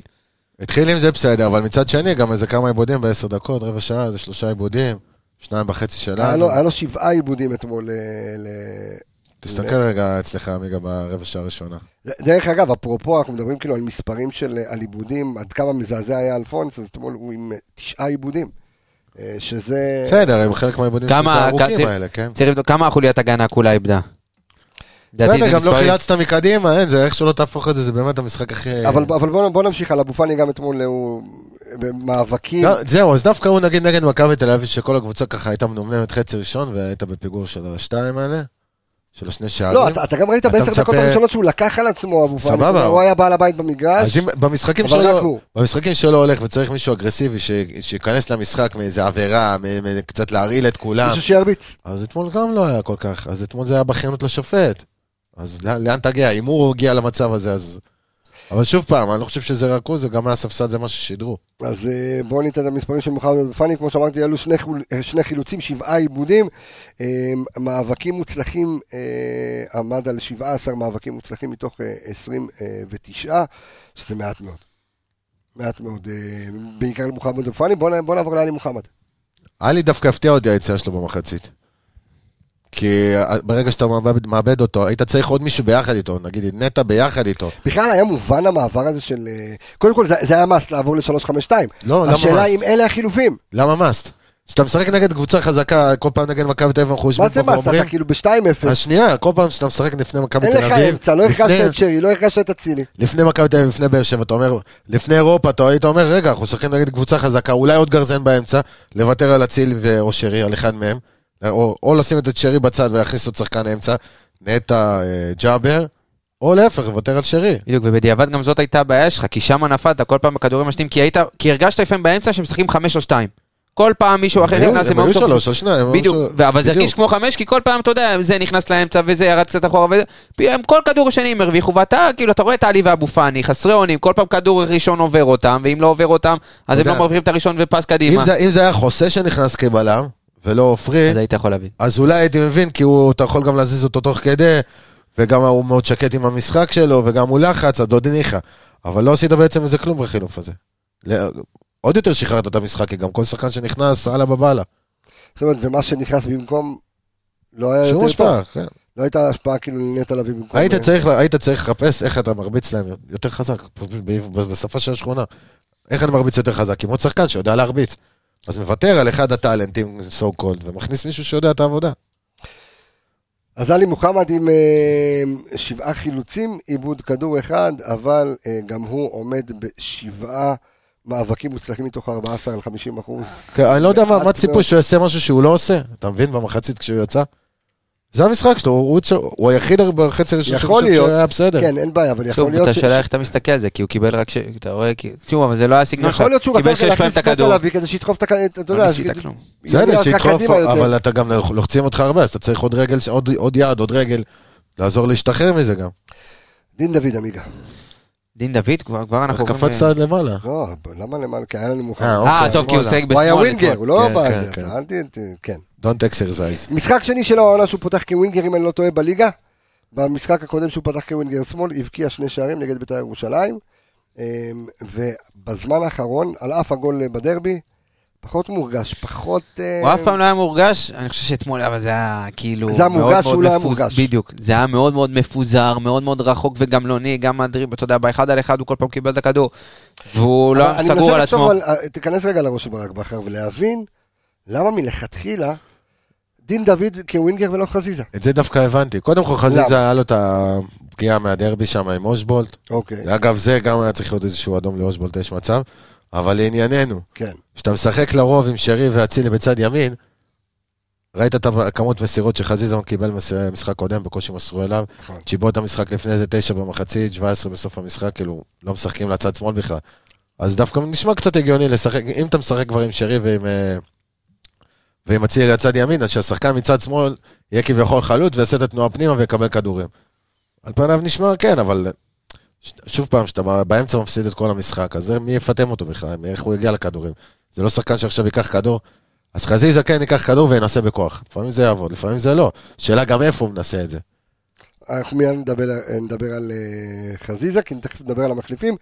E: התחיל עם זה בסדר, אבל מצד שני גם איזה כמה עיבודים בעשר דקות, רבע שעה, איזה שלושה עיבודים, שניים וחצי
A: היה
E: שלנו.
A: לו- היה לו שבעה עיבודים אתמול. אה, ל-
E: תסתכל רגע אצלך, עמיגה, ברבע שעה הראשונה.
A: דרך אגב, אפרופו, אנחנו מדברים כאילו על מספרים של אה, על עיבודים, עד כמה מזעזע היה אלפונס, אז אתמול הוא עם אה, תשעה עיבודים. אה, שזה...
E: בסדר, עם חלק מהעיבודים שלו זה
D: כמה,
E: הארוכים
D: צריך-
E: האלה, כן?
D: צריך לבדוק כמה החוליית הגנה כולה איבדה. לדעתי
E: בסדר,
D: זה
E: גם לא
D: מספרים.
E: חילצת מקדימה, אין, זה איך שלא תהפוך את זה, זה באמת המשחק הכי...
A: אבל, אבל בוא, בוא נמשיך על אבו פאני גם אתמול, הוא אה, במאבקים.
E: גם- זהו, אז דווקא הוא נגיד נגד מכבי תל אביב, שכל הקבוצה ככה הייתה מנומנמת חצי ראשון, והיית בפיגור של השתיים האלה, של השני שערים.
A: לא, אתה, אתה גם ראית
E: אוקיי. אתה
A: בעשר דקות
E: מצפה-
A: הראשונות שהוא לקח על עצמו אבו פאני.
E: סבבה.
A: אתה יודע, הוא היה בעל הבית במגרש.
E: אז אם במשחקים
A: אבל רק
E: שלו,
A: הוא.
E: במשחקים שלו הולך וצריך מישהו אגרסיבי ש- שייכנס למשחק מאיזה עבירה, מ- מ- קצת להרעיל את כולם,
A: מישהו שירביץ.
E: אז אתמול גם לא היה כל כך, אז אתמול זה היה בכיינות לשופט. אז לאן- לאן תגיע? אם הוא הגיע למצב הזה, אז אבל שוב פעם, אני לא חושב שזה רכוז, זה גם מהספסד, זה מה ששידרו.
A: אז אה, בואו ניתן את המספרים של מוחמד אלפני, כמו שאמרתי, אלו שני, חול- אה, שני חילוצים, שבעה עיבודים, אה, מאבקים מוצלחים, אה, עמד על 17 מאבקים מוצלחים מתוך אה, 29, שזה מעט מאוד. מעט מאוד, אה, בעיקר למוחמד אלפני, בואו נע- בואו נעבור לעלי מוחמד.
E: עלי דווקא הפתיע אותי היציאה שלו במחצית. כי אה, ברגע שאתה מאבד- מאבד אותו, היית צריך עוד מישהו ביחד איתו, נגיד את נטע ביחד איתו.
A: בכלל היה מובן המעבר הזה של... אה, קודם כל, זה, זה היה מס לעבור ל-352.
E: לא, למה
A: השאלה
E: must?
A: אם אלה החילופים.
E: למה מאסט? כשאתה משחק נגד קבוצה חזקה, כל פעם נגד מכבי תל אביב, אנחנו
A: מה
E: יושבים
A: זה
E: פה
A: מס?
E: ואומרים...
A: אתה כאילו ב-2-0.
E: אז שנייה, כל פעם שאתה משחק לפני מכבי
A: אין
E: תל
A: לך
E: אביב...
A: אמצע, לא
E: לפני-
A: הרגשת את שרי, לא הרגשת את אצילי.
E: לפני מכבי תל אביב, לפני באר שבע, אתה אומר, לפני אירופה, אתה היית אומר, רגע, אנחנו משחקים נגד קבוצה חזקה, אולי עוד גרזן באמצע, לוותר על אציל ו- או שרי, על אחד מהם, או, או לשים את שרי בצד ולהכניס עוד שחקן אמצע, נטע אה, ג'אבר, או להפך, לוותר על שרי.
D: בדיוק, ובדיעבד גם זאת הייתה הבעיה שלך, כי שמה נפלת כל פעם בכדורים משנים, כי היית, כי הרגשת לפעמים באמצע שמשחקים חמש או שתיים. כל פעם מישהו אחר
E: היו-
D: נכנס
E: הם
D: עם
E: היו
D: האופציה-
E: שלוש או שניים. הם היו
D: בדיוק,
E: שלוש-
D: ו- אבל זה
E: בדיוק.
D: הרגיש כמו חמש, כי כל פעם, אתה יודע, זה נכנס לאמצע וזה ירד קצת אחורה וזה, פתאום כל כדור שני הם הרוויחו, ואתה, כאילו, אתה רואה את עלי ואבו פאני, חסרי אונים, כל פעם כדור ראשון עובר אותם, ואם לא עובר אותם, אז הם
E: יודע.
D: לא מרוויחים את הראשון ופס
E: אם
D: קדימה.
E: זה, אם זה היה חוסה שנכנס כבלם, ולא עופרי,
D: אז היית יכול להבין.
E: אז אולי הייתי מבין, כי הוא, אתה יכול גם להזיז אותו תוך כדי, וגם הוא מאוד שקט עם המשחק שלו, וגם הוא לחץ, אז עוד ניחא. אבל לא עשית בעצם איזה כלום בחילוף הזה. ל- עוד יותר שחררת את המשחק, כי גם כל שחקן שנכנס, אללה בבאללה.
A: זאת אומרת, ומה שנכנס במקום, לא היה
E: שום
A: יותר טוב.
E: השפעה, כן.
A: לא הייתה השפעה כאילו לנטע לביא במקום...
E: היית
A: אה,
E: צריך, היית צריך לחפש איך אתה מרביץ להם יותר חזק, ב- ב- בשפה של השכונה. איך אני מרביץ יותר חזק? עם עוד שחקן שיודע להרביץ. אז מוותר על אחד הטאלנטים, so called, ומכניס מישהו שיודע את העבודה.
A: אז עלי מוחמד עם אה, שבעה חילוצים, עיבוד כדור אחד, אבל אה, גם הוא עומד בשבעה מאבקים מוצלחים מתוך 14 על 50 אחוז.
E: כן, אני לא יודע מה,
A: מעט
E: מה הציפוי
A: מאוד.
E: שהוא יעשה משהו שהוא לא עושה, אתה מבין? במחצית כשהוא יצא. זה המשחק שלו, הוא, הוא, הוא היחיד בחצי הראשון
A: יכול
E: שאני חושב
A: להיות.
E: שהיה בסדר.
A: כן, אין בעיה, אבל יכול
D: שוב,
A: להיות
D: אתה
A: ש-
D: שואל איך אתה מסתכל על זה, כי הוא קיבל רק ש... אתה רואה, כי... שוב, אבל זה לא היה הסגנון
A: יכול להיות שהוא
D: קיבל
A: רצה
D: שש פעמים
A: להכניס
D: את
A: את נטע
D: הכדור.
A: לביא כדי שידחוף את הכדור, אתה יודע,
D: לא
A: אז כאילו,
D: ניסית
A: יגיד-
D: כלום.
E: בסדר,
A: ימינה, ככה
E: שידחוף,
A: קדימה יותר.
E: אבל אתה גם לוחצים אותך הרבה, אז אתה צריך עוד רגל, ש- עוד, עוד יד, עוד רגל, לעזור להשתחרר מזה גם.
A: דין דוד עמיגה.
D: דין דוד, כבר כבר
E: איך
D: אנחנו... אה, עוברים
E: קפצת
D: ל-
E: עד למעלה.
A: לא, למה למעלה? כי היה לנו מוחמד.
E: אה,
D: אה,
E: אוקיי,
D: טוב, כי הוא
E: שמאלה.
D: צייג
A: הוא
D: בשמאל.
A: היה
D: אתמול.
A: ווינגר, הוא לא
E: כן,
A: בא...
E: כן,
A: זה,
E: כן.
A: אתה אל ת... ת- כן.
E: Don't exercise.
A: משחק שני שלו העונה שהוא פותח כווינגר, אם אני לא טועה, בליגה. במשחק הקודם שהוא פתח כווינגר שמאל, הבקיע שני שערים נגד בית"ר ירושלים. אמ, ובזמן האחרון, על אף הגול בדרבי, פחות מורגש, פחות... אה,
D: הוא אף פעם לא היה מורגש, אני חושב שאתמול, אבל זה היה כאילו...
A: זה היה
D: מאוד
A: מורגש
D: מאוד
A: שהוא לא היה
D: מפוז-
A: מורגש.
D: בדיוק. זה היה מאוד מאוד מפוזר, מאוד מאוד רחוק וגמלוני, גם הדריב, אתה יודע, באחד על אחד הוא כל פעם קיבל את הכדור. והוא לא היה סגור על עצמו.
A: אה, תיכנס רגע לראש של ברק בכר ולהבין למה מלכתחילה דין דוד כווינגר ולא חזיזה.
E: את זה דווקא הבנתי. קודם כל,
A: למה?
E: חזיזה היה לו את הפגיעה מהדרבי שם עם אושבולט.
A: אוקיי,
E: אגב, זה גם היה צריך להיות איזשהו אדום לאושבולט, יש מצב. אבל לענייננו,
A: כן.
E: כשאתה משחק לרוב עם שרי ואצילי בצד ימין, ראית את הכמות מסירות שחזיזה קיבל במשחק קודם, בקושי מסרו אליו.
A: נכון.
E: צ'יבוטה משחק לפני זה, תשע במחצית, 17 בסוף המשחק, כאילו, לא משחקים לצד שמאל בכלל. אז דווקא נשמע קצת הגיוני לשחק, אם אתה משחק כבר עם שרי ועם, אה, ועם אצילי לצד ימין, אז שהשחקן מצד שמאל יהיה כביכול חלוץ ויעשה את התנועה פנימה ויקבל כדורים. על פניו נשמע כן, אבל ש- שוב פעם, שאתה בא- באמצע מפסיד את כל המשחק, אז זה- מי יפטם אותו בכלל, איך הוא יגיע לכדורים? זה לא שחקן שעכשיו ייקח כדור. אז חזיזה כן ייקח כדור וינסה בכוח. לפעמים זה יעבוד, לפעמים זה לא. שאלה גם איפה הוא מנסה את זה.
A: אנחנו מיד נדבר, נדבר על אה, חזיזה, כי תכף נדבר על המחליפים.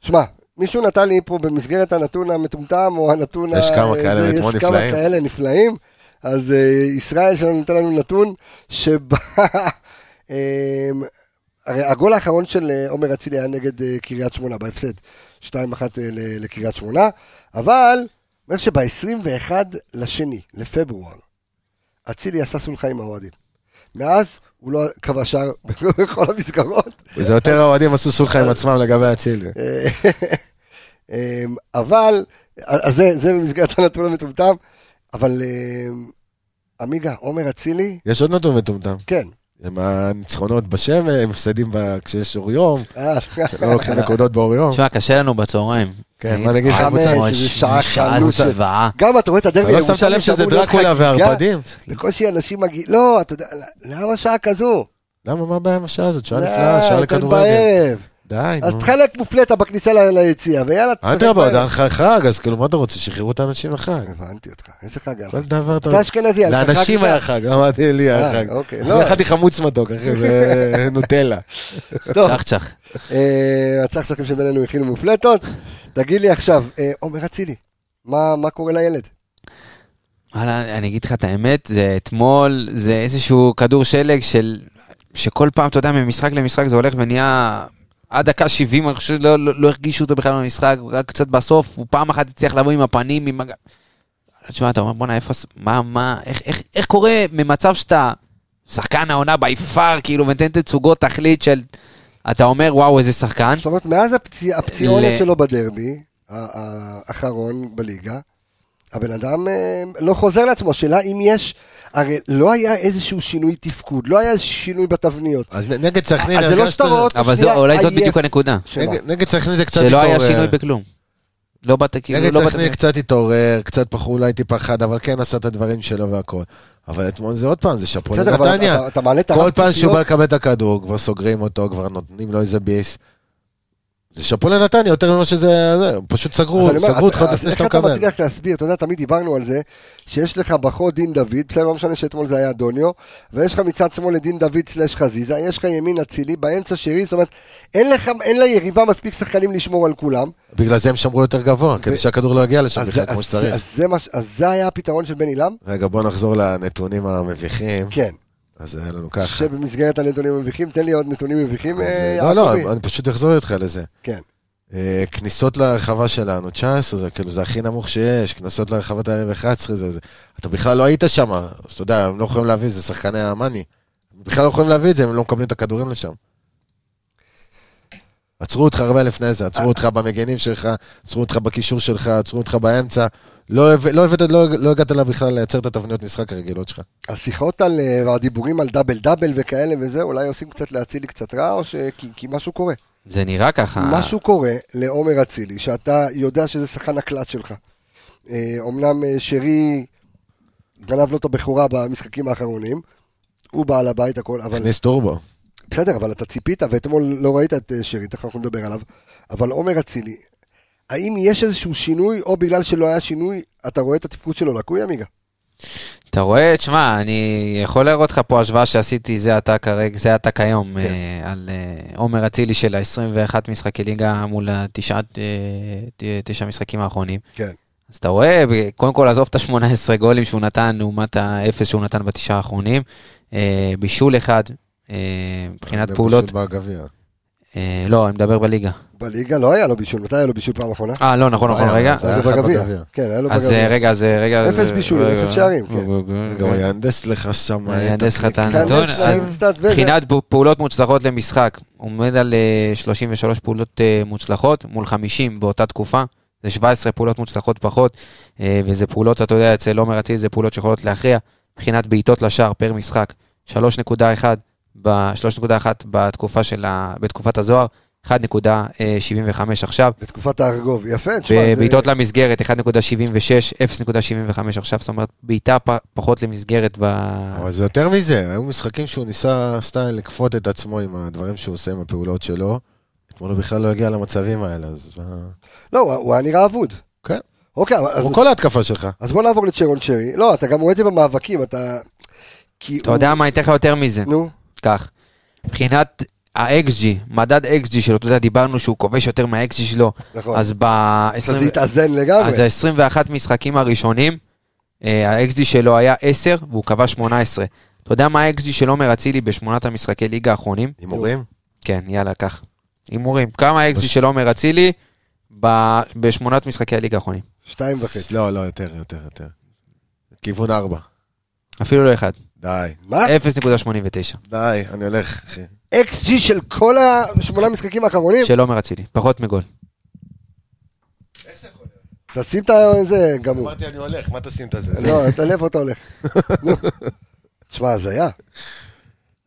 A: שמע, מישהו נתן לי פה במסגרת הנתון המטומטם, או הנתון...
E: יש
A: ה-
E: כמה
A: אה,
E: כאלה
A: זה,
E: מאוד
A: יש כמה
E: נפלאים.
A: כאלה נפלאים. אז אה, ישראל שלנו נתן לנו נתון, שבה... אה, הרי הגול האחרון של אה, עומר אצילי היה נגד אה, קריית שמונה, בהפסד 2-1 אה, ל- לקריית שמונה, אבל, אומר שב-21 לשני, לפברואר, אצילי עשה סולחה עם האוהדים. מאז הוא לא כבש שער בכל המסגרות.
E: זה יותר האוהדים עשו סולחה עם עצמם לגבי אצילי.
A: אה, אה, אבל, אז זה, זה במסגרת הנתון המטומטם, אבל אה, עמיגה, עומר אצילי,
E: יש עוד נתון מטומטם.
A: כן.
E: עם הניצחונות בשמש, הם הפסדים ב- כשיש אור יום,
A: אה,
E: לא לוקחים נקודות באור יום.
D: תשמע, קשה לנו בצהריים.
E: כן, מה נגיד לך,
A: חמש,
E: קבוצה?
A: שזה שעה
D: שעה
A: קלושה.
D: זוועה.
A: גם אתה רואה את הדרבי
E: אתה לא שמת לב
A: הירושלמי
E: שזה
A: שאמור להיות
E: דרקולה
A: חגיגה?
E: וערפדים?
A: בקושי אנשים מגיעים, לא, אתה יודע, למה שעה כזו?
E: למה, מה הבעיה עם השעה הזאת? שעה
A: אה,
E: נפלאה, שעה
A: יותר
E: לכדורגל.
A: בערב.
E: די,
A: אז
E: נו.
A: תחלק מופלטה בכניסה ל- ליציאה, ויאללה,
E: אדרבה, עוד היה לך חג, אז כאילו, מה אתה רוצה? שחררו את האנשים לחג.
A: הבנתי אותך, איזה חג היה לך?
E: כל דבר אתה...
A: אתה אשכנזי, היה לך חג
E: לאנשים
A: איתה?
E: היה חג, אמרתי, לי היה
A: אה,
E: חג.
A: אוקיי,
E: אני
A: לא.
E: אכלתי חמוץ מתוק, אחי, ונוטלה.
A: טוב,
D: צ'ח צ'ח.
A: אה, הצחצחים שבינינו הכינו מופלטות. תגיד לי עכשיו, אה, עומר אצילי, מה מה קורה לילד?
D: כן. וואלה, אני אגיד לך את האמת, זה אתמול, זה איזשהו כדור שלג של... שכל פעם, אתה יודע, ממשחק למשחק זה הולך ונהיה... עד דקה 70, אני חושב שלא לא, לא הרגישו אותו בכלל במשחק, רק קצת בסוף, הוא פעם אחת הצליח לבוא עם הפנים, עם... הג- תשמע, אתה אומר, בואנה, איפה... הס- מה, מה, איך, איך, איך קורה ממצב שאתה שחקן העונה בי פאר, כאילו, ונותן תצוגות תכלית של... אתה אומר, וואו, איזה שחקן.
A: זאת אומרת, מאז הפציע- הפציעונת
D: ל-
A: שלו בדרבי, ה- האחרון בליגה, הבן אדם אה, לא חוזר לעצמו, השאלה אם יש, הרי לא היה איזשהו שינוי תפקוד, לא היה איזשהו שינוי בתבניות.
E: אז נ- נגד סכנין...
A: אז זה לא
E: הרגשת-
A: שאתה רואה אותו
D: אבל זו,
A: שנייה
D: אולי זאת
A: עייף
D: בדיוק הנקודה.
A: שלה.
E: נגד- נגד סכנין זה קצת אה,
D: שלא
E: התעורר.
D: היה שינוי בכלום. לא באת, כאילו,
E: נגד
D: לא באת...
E: סכנין קצת התעורר, קצת פחו אולי טיפה חד, אבל כן עשה את הדברים שלו והכל. אבל אתמול זה עוד פעם, זה שאפו
A: בסדר, אבל
E: לנתניה.
A: אתה- אתה מעלה את
E: כל
A: הרף
E: פעם שהוא
A: ציפיות.
E: בא לקבל את הכדור, כבר סוגרים אותו, כבר נותנים לו איזה ביס. זה שאפו לנתניה יותר ממה שזה... זה, פשוט סגרו,
A: אז אני אומר,
E: סגרו אותך
A: אז
E: עוד לפני שאתה
A: איך אתה
E: מקבל.
A: מצליח להסביר, אתה יודע, תמיד דיברנו על זה, שיש לך בחוד דין דוד, בסדר, לא משנה שאתמול זה היה דוניו, ויש לך מצד שמאל את דין דוד סלש חזיזה, יש לך ימין אצילי, באמצע שירי, זאת אומרת, אין לך, אין ליריבה מספיק שחקנים לשמור על כולם.
E: בגלל זה הם שמרו יותר גבוה, כדי שהכדור לא יגיע לשם
A: אז
E: בכלל
A: זה-
E: כמו
A: אז זה-
E: שצריך.
A: אז זה מה ש- אז זה היה הפתרון של בן עילם?
E: רגע, בוא נחזור לנתונים המביכים.
A: כן.
E: אז היה לנו אה, ככה.
A: שבמסגרת הנתונים המביכים, תן לי עוד נתונים מביכים,
E: אז,
A: אה,
E: לא, לא,
A: יעקבי.
E: אני פשוט אחזור איתך לזה.
A: כן.
E: אה, כניסות לרחבה שלנו, 19, זה כאילו, זה הכי נמוך שיש, כניסות לרחבת הערב 11, זה, זה. אתה בכלל לא היית שם, אז אתה יודע, הם לא יכולים להביא, זה שחקני המאני. הם בכלל לא יכולים להביא את זה, הם לא מקבלים את הכדורים לשם. עצרו אותך הרבה לפני זה, עצרו אותך במגנים שלך, עצרו אותך בקישור שלך, עצרו אותך באמצע. לא, הבאת- לא, הבאת- לא, לא הגעת לה בכלל לייצר את התבניות משחק הרגילות שלך.
A: השיחות על, אה, והדיבורים על דאבל דאבל וכאלה וזה, אולי עושים קצת להצילי קצת רע, או ש... כי- כי משהו קורה.
D: זה נראה ככה.
A: משהו קורה לעומר אצילי, שאתה יודע שזה שחקן הקלט שלך. אה, אומנם אה, שרי גנב לו את הבכורה במשחקים האחרונים, הוא בעל הבית הכל, אבל
E: הכניס טורבו.
A: בסדר, אבל אתה ציפית, ואתמול לא ראית את אה, שרי, תכף אנחנו נדבר עליו, אבל עומר אצילי, האם יש איזשהו שינוי, או בגלל שלא היה שינוי, אתה רואה את התפקוד שלו לקוי, עמיגה?
D: אתה רואה, תשמע, אני יכול להראות לך פה השוואה שעשיתי זה עתה כרגע, זה עתה כיום,
A: כן.
D: אה, על אה, עומר אצילי של ה-21 משחקי ליגה מול התשעה אה, ת- תשעה משחקים האחרונים.
A: כן.
D: אז אתה רואה, ב- קודם כל עזוב את ה-18 גולים שהוא נתן לעומת האפס שהוא נתן בתשעה האחרונים. אה, בישול אחד, אה, מבחינת
E: זה
D: פעולות,
E: פשוט בגביע.
D: אה, לא, אני מדבר בליגה.
A: בליגה לא היה לו בישול, מתי היה לו בישול פעם אחרונה?
D: אה, לא, נכון,
E: לא,
D: נכון,
E: היה,
D: רגע.
E: אז היה
A: זה
E: אחד
A: בגביע.
E: בגביע.
A: כן, היה לו
D: אז אה,
A: בגביע.
D: רגע, אז אה, רגע.
A: אפס
D: אה,
A: בישולים,
D: רגע.
A: אפס שערים, כן.
E: רגע, הוא יהנדס לך שם.
D: אני אהנדס לך את
E: הקליקה.
A: כאן
D: נתון,
A: יש
D: אז
A: להם סטאט וזה.
D: מבחינת פ- פעולות מוצלחות למשחק, הוא עומד על אה, 33 פעולות אה, מוצלחות מול 50 באותה תקופה. זה 17 פעולות מוצלחות פחות, אה, וזה פעולות, אתה יודע, אצל עומר אצילי זה פעולות שיכולות להכריע. מבחינת בעיטות לשער פר משחק, 3.1 ב- 3.1 בתקופה של ה- בתקופת הזוהר, 1.75 עכשיו.
A: בתקופת הארגוב, יפה, תשמע, זה-
D: בבעיטות למסגרת 1.76, 0.75 עכשיו, זאת אומרת בעיטה פ- פחות למסגרת ב...
E: אבל זה יותר מזה, היו משחקים שהוא ניסה סטייל לכפות את עצמו עם הדברים שהוא עושה, עם הפעולות שלו. אתמול הוא בכלל לא הגיע למצבים האלה, אז... מה-
A: לא, הוא- הוא היה נראה אבוד.
E: כן.
A: אוקיי, אבל- אז-
E: כמו כל ההתקפה שלך.
A: אז בוא נעבור לצ'רון שרי. לא, אתה גם רואה את זה במאבקים, אתה... כי
D: אתה יודע מה, אני אתן לך יותר מזה.
A: נו,
D: כך, מבחינת ה-XG, מדד XG שלו, אתה יודע, דיברנו שהוא כובש יותר מה-XG שלו,
A: נכון. אז
D: אז ב...
A: זה התאזן לגמרי.
D: אז ה-21 משחקים הראשונים, אה, ה-XG שלו היה 10 והוא כבש 18. אתה יודע מה ה-XG של עומר אצילי בשמונת המשחקי ליגה האחרונים?
E: הימורים?
D: כן, יאללה, קח. הימורים. כמה האקזי של עומר אצילי ב- בשמונת משחקי הליגה האחרונים?
A: שתיים וחצי.
E: לא, לא, יותר, יותר, יותר. כיוון ארבע.
D: אפילו לא אחד.
E: די,
A: מה?
D: 0.89
E: די, אני הולך, אחי.
A: XG של כל השמונה המשחקים האחרונים?
D: של עומר אצילי, פחות מגול.
A: תשים את ה... זה גמור.
E: אמרתי, אני הולך, מה תשים את הזה? זה-
A: לא, אתה לב אתה הולך. נו. תשמע, הזיה.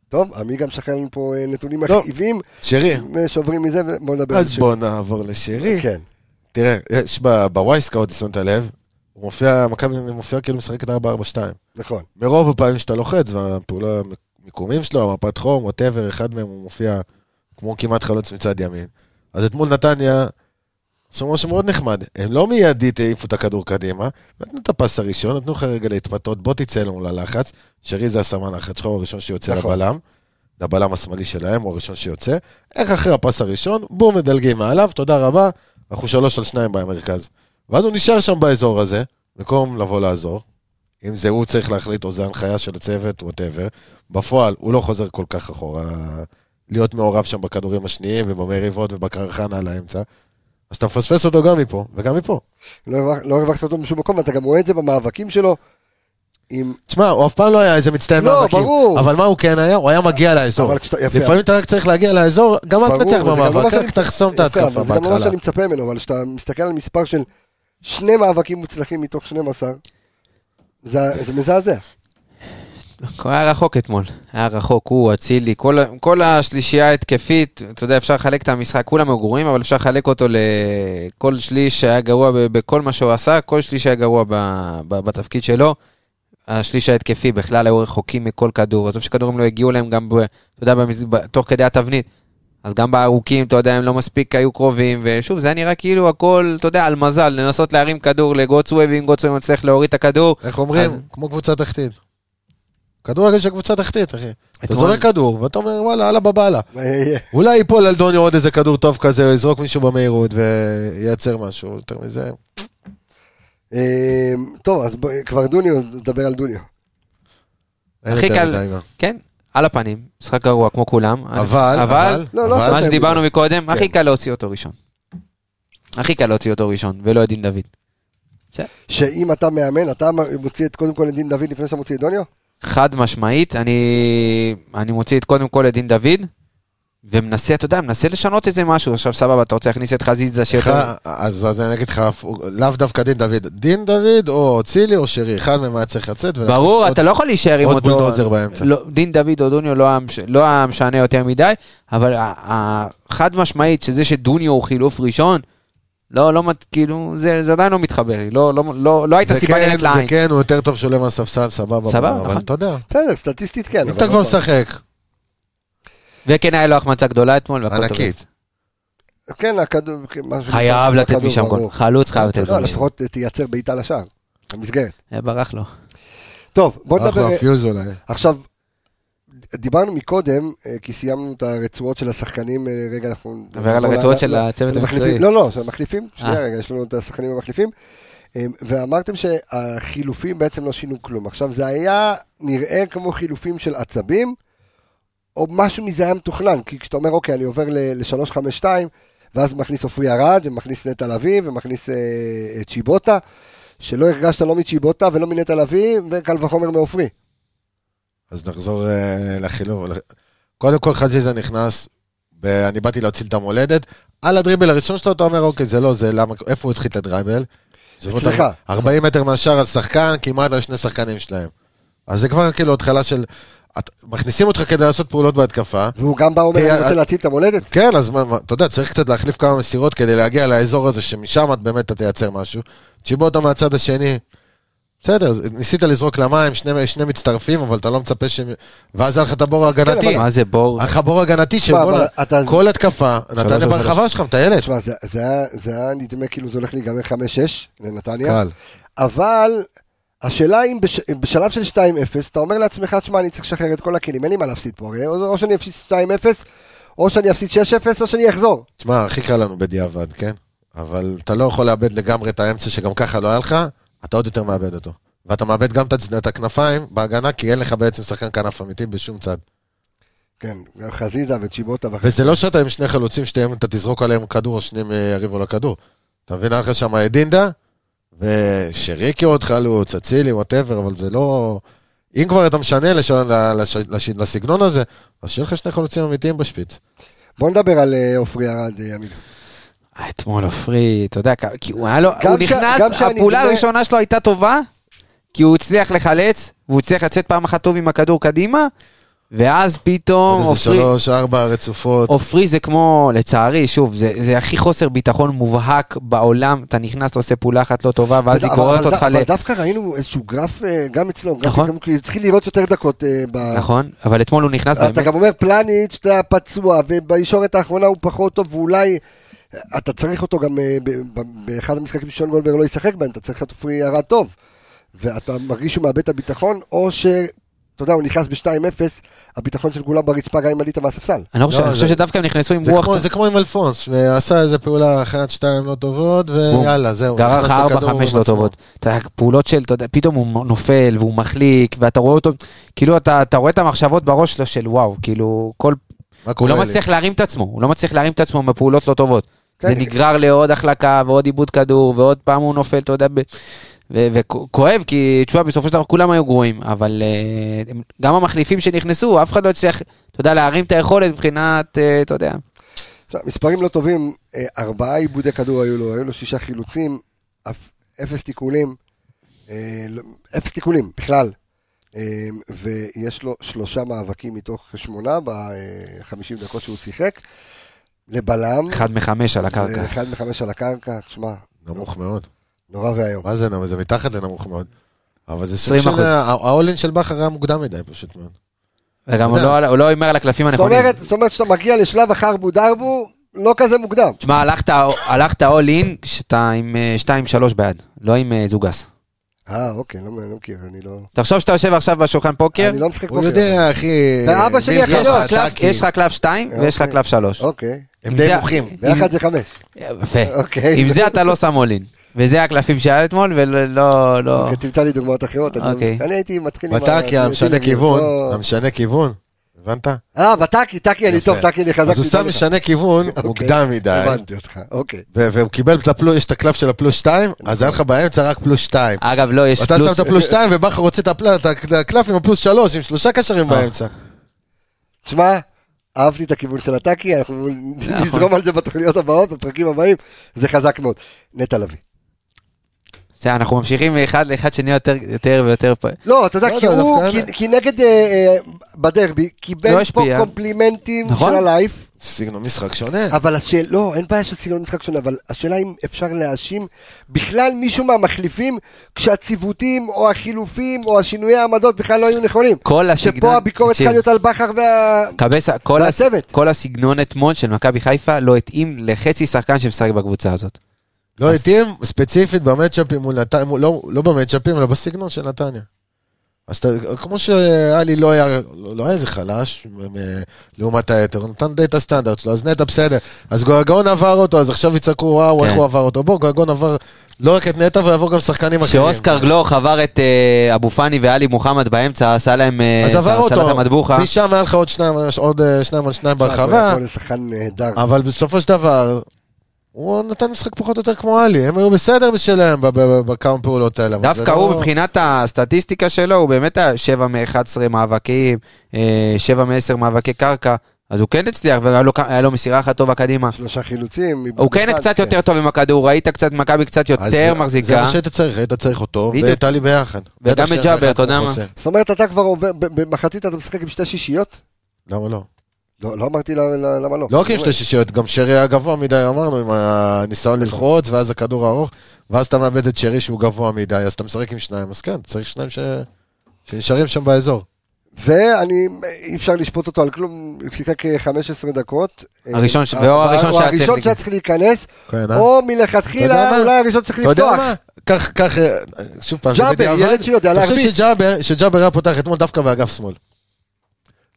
A: טוב, עמי גם שכן לנו פה אה, נתונים
E: טוב.
A: מכאיבים, אה,
E: שרי.
A: שוברים מזה, ובוא נדבר על
E: לא. אז
A: שרי.
E: בוא נעבור לשרי.
A: כן.
E: תראה, יש ב- בווייסקאוט, שמת לב, הוא מופיע, מכבי מופיע כאילו משחקת 4-4-2.
A: נכון.
E: מרוב הפעמים שאתה לוחץ, והפעולה, המיקומים שלו, המפת חום, ווטאבר, אחד מהם הוא מופיע כמו כמעט חלוץ מצד ימין. אז אתמול נתניה, עשו משהו מאוד נחמד. הם לא מיידית העיפו את הכדור קדימה, נתנו את הפס הראשון, נתנו לך רגע להתפתות, בוא תצא לנו ללחץ. שרי זה הסמן לחץ שלך, הוא הראשון שיוצא
A: נכון.
E: לבלם. לבלם השמאלי שלהם, הוא הראשון שיוצא. איך אחרי הפס הראשון, בום, מדלגים מעליו, תודה רבה, אנחנו שלוש על שניים במרכז. ואז הוא נשאר שם באזור הזה, במקום לבוא לעזור. אם זה הוא צריך להחליט, או זה הנחיה של הצוות, ווטאבר. בפועל, הוא לא חוזר כל כך אחורה. להיות מעורב שם בכדורים השניים, ובמריבות, ובקרחנה על האמצע. אז אתה מפספס אותו גם מפה, וגם מפה.
A: לא הרווח- לא הרווחת אותו משום מקום, ואתה גם רואה את זה במאבקים שלו. עם...
E: תשמע, הוא אף פעם לא היה איזה מצטיין
A: לא,
E: מאבקים.
A: ברור.
E: אבל מה הוא כן היה? הוא היה מגיע לאזור.
A: אבל כשאתה... יפה.
E: לפעמים אתה רק צריך להגיע לאזור, גם אל
A: ברור,
E: תנצח
A: זה גם לא מה
E: במאבק,
A: שאני
E: רק תחסום את
A: יפה, אבל
E: ההתקפה
A: זה גם לא מה
E: בהתחלה.
A: שאני מצפה ממנו, אבל כשאתה מסתכל על מספר של שני מאבקים מוצלחים מתוך 12, זה זה מזעזע.
D: הוא היה רחוק אתמול. היה רחוק, הוא, אצילי, כל, ה- כל השלישייה ההתקפית, אתה יודע, אפשר לחלק את המשחק, כולם היו גרועים, אבל אפשר לחלק אותו לכל שליש שהיה גרוע ב- בכל מה שהוא עשה, כל שליש היה גרוע ב, ב, בתפקיד שלו. השליש ההתקפי בכלל היו רחוקים מכל כדור, עזוב שכדורים לא הגיעו להם גם, ב, אתה יודע, במז... ב, תוך כדי התבנית. אז גם בארוכים, אתה יודע, הם לא מספיק היו קרובים, ושוב, זה היה נראה כאילו הכל, אתה יודע, על מזל, לנסות להרים כדור לגוטסווי, ואם גוטסווי מצליח להוריד את הכדור,
E: איך אומרים?
D: אז-
E: כמו קבוצה תחתית. כדורגל של קבוצה תחתית, אחי. אתה
D: אתמול-
E: זורק כדור, ואתה אומר, וואלה, אללה בבאללה.
A: אה,
E: אולי ייפול על דוניו עוד איזה כדור טוב כזה, או יזרוק מישהו במהירות וייצר משהו, יותר מזה.
A: אה, טוב, אז בוא- כבר דוניו, נדבר על דוניו.
E: אין
D: הכי
E: יותר
D: קל-
E: מדי מה.
D: כן, על הפנים, משחק גרוע כמו כולם.
E: אבל, אבל,
A: לא, לא
E: אבל,
A: עשה
D: מה
A: אתם-
D: שדיברנו מקודם,
A: כן.
D: הכי קל להוציא אותו ראשון. הכי קל להוציא אותו ראשון, ולא את דין דוד.
A: שאם אתה מאמן, אתה מוציא את קודם כל את דין דוד לפני שאתה מוציא את דוניו?
D: חד משמעית, אני, אני מוציא את קודם כל את דין דוד, ומנסה, אתה יודע, מנסה לשנות איזה משהו. עכשיו סבבה, אתה רוצה להכניס את חזיזה שיותר...
E: אחד- אז אז אני אגיד לך, לאו דווקא דין דוד, דין דוד או צילי או שרי, אחד מהם היה צריך לצאת. ולהכניס
D: ברור,
E: עוד-
D: אתה לא יכול להישאר עם
E: עוד
D: אותו...
E: בולדוזר באמצע.
D: לא, דין דוד או דוניו לא המש- לא המשענה יותר מדי, אבל ה- ה- חד משמעית שזה שדוניו הוא חילוף ראשון, לא, לא, מת- כאילו, זה זה עדיין לא מתחבר לי, לא- לא- לא לא הייתה
E: זה
D: סיבה
E: כן,
D: נראית לעין.
E: זה כן, הוא יותר טוב שעולה מהספסל, סבבה.
D: סבבה,
E: אבל
D: נכון.
E: אתה יודע,
A: בסדר, סטטיסטית כן.
E: אם
A: אבל
E: אתה כבר
A: עוד פעם.
E: משחק,
D: וכן, היה לו החמצה גדולה אתמול, והכל טוב.
E: ענקית.
A: כן, הכדור... כן, משהו
D: חייב
A: נוסף,
D: לתת
A: הכדור,
D: משם גול.
A: ברור.
D: חלוץ חייב לתת
A: לא,
D: גול.
A: לפחות תייצר בעיטה לשער. המסגרת.
D: אה, ברח לו.
A: טוב, בוא נדבר... אה,
E: אחלה פיוז אולי.
A: עכשיו, דיברנו מקודם, אה, כי סיימנו את הרצועות של השחקנים, אה, רגע, אנחנו...
D: נדבר על
A: נעבור
D: הרצועות
A: ל-
D: של
A: ל-
D: הצוות
A: של המחליפים. לא,
D: המקצועי.
A: לא, של המחליפים. שנייה
D: אה.
A: רגע, יש לנו את השחקנים המחליפים. אה, ואמרתם שהחילופים בעצם לא שינו כלום. עכשיו, זה היה נראה כמו חילופים של עצבים, או משהו מזה היה מתוכנן, כי כשאתה אומר, אוקיי, אני עובר ל-352, ואז מכניס עופרי ארד, ומכניס נטע לביא, ומכניס אה, אה, צ'יבוטה, שלא הרגשת לא מצ'יבוטה ולא מנטע לביא, וקל וחומר מעופרי.
E: אז נחזור אה, לחילוב. קודם כל חזיזה נכנס, ואני באתי להציל את המולדת. על הדריבל הראשון שלו אתה אומר, אוקיי, זה לא זה, למה, איפה הוא התחיל את הדרייבל?
A: אצלך.
E: 40 מטר מהשאר על שחקן, כמעט על שני שחקנים שלהם. אז זה כבר כאילו התחלה של... את, מכניסים אותך כדי לעשות פעולות בהתקפה.
A: והוא גם בא אומר,
E: תראה,
A: אני רוצה
E: אה,
A: להציל את המולדת.
E: כן, אז מה, מה, אתה יודע, צריך קצת להחליף כמה מסירות כדי להגיע לאזור הזה, שמשם את באמת אתה תייצר משהו. צ'יבוטה מהצד השני, בסדר, אז ניסית לזרוק למים, שני, שני מצטרפים, אבל אתה לא מצפה שהם... ואז היה לך את הבור ההגנתי.
D: כן, מה זה בור?
E: היה לך בור הגנתי של
A: תשמע,
E: בואנה,
A: אבל אתה-
E: כל התקפה, נתניה
D: שלוש,
E: ברחבה שלך מטיילת.
A: תשמע, זה- זה היה- זה היה נדמה כאילו זה הולך להיגמר 5-6 לנתניה,
E: קל.
A: אבל השאלה אם בש- אם בשלב של 2-0, אתה אומר לעצמך, תשמע, אני צריך לשחרר את כל הכלים, אין לי מה להפסיד פה, הרי או או שאני אפסיד 2-0, או שאני אפסיד 6-0, או שאני אחזור.
E: תשמע, הכי קל לנו בדיעבד, כן? אבל אתה לא יכול לאבד לגמרי את האמצע שגם ככה לא היה לך, אתה עוד יותר מאבד אותו. ואתה מאבד גם את הצד- את הכנפיים בהגנה, כי אין לך בעצם שחקן כנף אמיתי בשום צד.
A: כן, גם חזיזה וצ'יבוטה. ואח-
E: וזה לא שאתה עם שני חלוצים, שתיהם אתה תזרוק עליהם כדור, או שניהם אה, יריבו לכדור. אתה מבין, היה לך שם את דינדה, ושריקי עוד חלוץ, אצילי, וואטאבר, אבל זה לא... אם כבר אתה משנה לש... לש... לש... לסגנון הזה, אז שיהיה לך שני חלוצים אמיתיים בשפיץ.
A: בוא נדבר על אה, עופרי ארד, אה, ימין.
D: אה, אתמול עופרי, אתה יודע, כ- כי הוא היה לו,
A: גם
D: הוא
A: ש- גם
D: נכנס,
A: שאני
D: הפעולה
A: נדמה-
D: הראשונה שלו הייתה טובה, כי הוא הצליח לחלץ, והוא הצליח לצאת פעם אחת טוב עם הכדור קדימה, ואז פתאום
E: איזה
D: עופרי,
E: שלוש, ארבע רצופות.
D: עופרי זה כמו, לצערי, שוב, זה, זה הכי חוסר ביטחון מובהק בעולם, אתה נכנס, אתה עושה פעולה אחת לא טובה, ואז היא
A: אבל-
D: גוררת
A: אבל-
D: אותך ל...
A: אבל דווקא ראינו איזשהו גרף, אה, גם אצלו, גרף
D: נכון.
A: התקדמות, כי התחיל לראות יותר דקות. אה, ב-
D: נכון, אבל אתמול הוא נכנס
A: אתה
D: באמת.
A: גם אומר פלניץ', אתה פצוע, ובישורת האחרונה הוא פחות טוב, ואולי... אתה צריך אותו גם אה, ב- ב- באחד המשחקים ששון גולדברג לא ישחק בהם, אתה צריך את עופרי ירד טוב. ואתה מרגיש שהוא מאבד את הביטחון, או ש... אתה יודע, הוא נכנס ב-2-0, הביטחון של כולם ברצפה גם אם עלית מהספסל.
D: אני לא חושב-
E: לא,
D: אני חושב
E: זה-
D: שדווקא הם נכנסו עם
E: זה
D: רוח...
E: כמו- זה כמו עם אלפונס, שעשה איזה פעולה אחת, שתיים לא טובות, ויאללה, זהו.
D: גרר
E: נכנס
D: לך ארבע,
E: לכדור
D: חמש
E: עם
D: לא
E: עצמו.
D: טובות. אתה יודע, פעולות של, אתה יודע, פתאום הוא נופל והוא מחליק, ואתה רואה אותו, כאילו, אתה אתה רואה את המחשבות בראש שלו של וואו, כאילו, כל...
E: מה
D: הוא
E: קורה
D: לא
E: לי?
D: מצליח להרים את עצמו, הוא לא מצליח להרים את עצמו בפעולות לא טובות.
A: כן.
D: זה נגרר לעוד החלקה ועוד עיבוד כדור, ועוד פעם הוא נופל, אתה יודע, ב- ו- וכואב, כי תשמע, בסופו של דבר כולם היו גרועים, אבל אה, הם- גם המחליפים שנכנסו, אף אחד לא הצליח, אתה יודע, להרים את היכולת מבחינת, אה, אתה יודע,
A: עכשיו, מספרים לא טובים, אה, ארבעה עיבודי כדור היו לו, היו לו שישה חילוצים, אף- אפס תיקולים, אה, לא- אפס תיקולים בכלל. אה, ויש לו שלושה מאבקים מתוך שמונה בחמישים דקות שהוא שיחק. לבלם,
D: אחד מחמש על
A: זה
D: הקרקע.
A: אחד מחמש על הקרקע, שמע,
E: נמוך מאוד.
A: נורא ואיום.
E: מה זה נמוך? זה מתחת לנמוך מאוד. אבל זה סוג
D: 20%.
E: של... האולין של בכר היה מוקדם מדי, פשוט מאוד.
D: וגם הוא
E: אתה יודע.
D: לא- הוא לא הימר על הקלפים
A: זאת
D: הנכונים.
A: אומרת, זאת אומרת שאתה מגיע לשלב החרבו דרבו, לא כזה מוקדם.
D: תשמע, הלכת, הלכת all in כשאתה עם אה, 2-3 ביד, לא עם אה, זוגס.
A: אה, אוקיי, לא לא מכיר, אני לא...
D: תחשוב שאתה יושב עכשיו בשולחן פוקר,
A: אני לא משחק
E: הוא
A: פוקר.
E: יודע, אחי...
A: ואבא שלי
E: מלחם,
A: אחי,
D: יש לך
A: לא,
D: קלף-
E: טאקי.
D: יש לך קלף 2 ויש לך
A: אוקיי.
D: קלף 3.
A: אוקיי,
E: הם די מוחים.
A: ביחד זה חמש.
D: יפה.
A: אוקיי.
D: עם זה אתה לא שם all in. וזה הקלפים שהיה אתמול, ולא... לא-
A: אוקיי, תמצא לי דוגמאות אחרות. אני לא
D: אוקיי.
A: מזכיר. אני הייתי מתחיל עם... ה-
E: בטאקי המשנה
A: הטילגיות,
E: כיוון,
A: לא-
E: המשנה כיוון, הבנת?
A: אה, בטאקי, טאקי, אני
E: יפה.
A: טוב, טאקי, אני חזק.
E: אז הוא
A: פתאום
E: שם
A: לך.
E: משנה כיוון
A: אוקיי,
E: מוקדם מדי,
A: הבנתי אותך, אוקיי.
E: ו- והוא קיבל את הפלוס, יש את הקלף של הפלוס 2, אז היה לך באמצע רק פלוס 2.
D: אגב, לא, יש
E: ואתה שם
D: פלוס...
E: את הפלוס 2 ובכר רוצה את הפל- את הקלף עם הפלוס 3, עם שלושה קשרים באמצע.
A: תשמע, אהבתי את הכיוון של הטאקי, אנחנו
D: נכון.
A: נזרום על זה בתוכניות הבאות, בפרקים הבאים, זה חזק מאוד. נטע לביא.
D: זה, אנחנו ממשיכים מאחד לאחד שני יותר- יותר ויותר... פ-
A: לא, אתה יודע,
E: לא
A: כי
E: יודע,
A: הוא,
E: דווקא-
A: כי- כי נגד אה, אה, בדרבי, קיבל
D: לא
A: פה
D: השפיע.
A: קומפלימנטים
D: נכון.
A: של הלייף,
E: סגנון משחק שונה.
A: אבל השאלה, לא, אין בעיה של סגנון משחק שונה, אבל השאלה אם אפשר להאשים בכלל מישהו מהמחליפים, כשהציוותים או החילופים או השינויי העמדות בכלל לא היו נכונים.
D: כל הסגנון...
A: שפה הביקורת
D: אה, תקשיב.
A: צריכה להיות על בכר וה...
D: קבסה, כל, הס...
A: והצוות.
D: כל הסגנון אתמול של מכבי חיפה לא התאים לחצי שחקן שמשחק בקבוצה הזאת.
E: לא התאים ספציפית במצ'אפים מול נתניה, מול- לא- לא במצ'אפים, אלא בסגנון של נתניה. אז אתה- כמו שאלי לא היה, לא היה איזה חלש מ- מ- לעומת היתר, הוא נתן די את הסטנדרט שלו, אז נטע בסדר. אז גויגון עבר אותו, אז עכשיו יצעקו וואו,
D: כן.
E: איך הוא עבר אותו. בוא, גויגון עבר לא רק את נטע, אבל יעבור גם שחקנים אחרים.
D: כשאוסקר גלוך עבר את אה, אבו פאני ואלי מוחמד באמצע, עשה להם אה,
E: אז עבר
D: ס- סלט
E: אותו,
D: המטבוחה.
E: משם היה לך עוד שניים, עוד אה, שניים על שניים ברחבה,
A: הוא שחקן נהדר.
E: אבל בסופו של דבר, הוא נתן משחק פחות או יותר כמו עלי, הם היו בסדר בשלהם ב- ב- ב- בכמה פעולות האלה. אבל זה
D: דווקא הוא
E: לא-
D: מבחינת הסטטיסטיקה שלו, הוא באמת היה 7 מ-11 מאבקים, 7 מ-10 מאבקי קרקע, אז הוא כן הצליח, והיה לו, כ- היה לו מסירה אחת טובה קדימה.
A: שלושה חילוצים.
D: הוא כן
A: מבחינת-
D: קצת יותר טוב עם הכדור, ראית קצת מכבי קצת
E: אז
D: יותר
E: זה- זה
D: מחזיקה.
E: מה שהיית צריך, היית צריך אותו,
D: בדיוק.
E: ואת עלי ביחד.
D: וגם
E: בטח
D: את
E: שאחד
D: ג'אבר, אתה יודע
E: כמו
D: מה?
E: חוסה.
A: זאת אומרת, אתה כבר עובר, ב- במחצית אתה משחק עם שתי שישיות?
E: למה לא?
A: לא, לא אמרתי לה- לה- למה
D: אוקיי,
A: לא.
E: לא רק עם שתי שישיות, גם שרי היה גבוה מדי, אמרנו, עם הניסיון ללחוץ, ואז הכדור הארוך, ואז אתה מאבד את שרי שהוא גבוה מדי, אז אתה משחק עם שניים, אז כן, צריך שניים ש- שנשארים שם באזור.
A: ואני, אי אפשר לשפוט אותו על כלום, הוא שיחק אה, 15 דקות.
D: הראשון ש-
A: אה,
D: והוא
A: אבל
D: הראשון
A: הוא
D: שהיה צריך
A: הראשון
D: להיכנס.
A: שהיה צריך להיכנס,
E: כן, אה?
A: או
E: אתה יודע
A: מלכתחילה,
E: מה?
A: אולי הראשון צריך
E: אתה יודע
A: לפתוח.
E: מה? כך, כך, אה, שוב פעם,
A: ג'אבר, ילד שיודע
E: להרביץ. אני
A: להרביץ.
E: חושב שג'אבר- שג'אבר היה פותח אתמול דווקא באגף שמאל.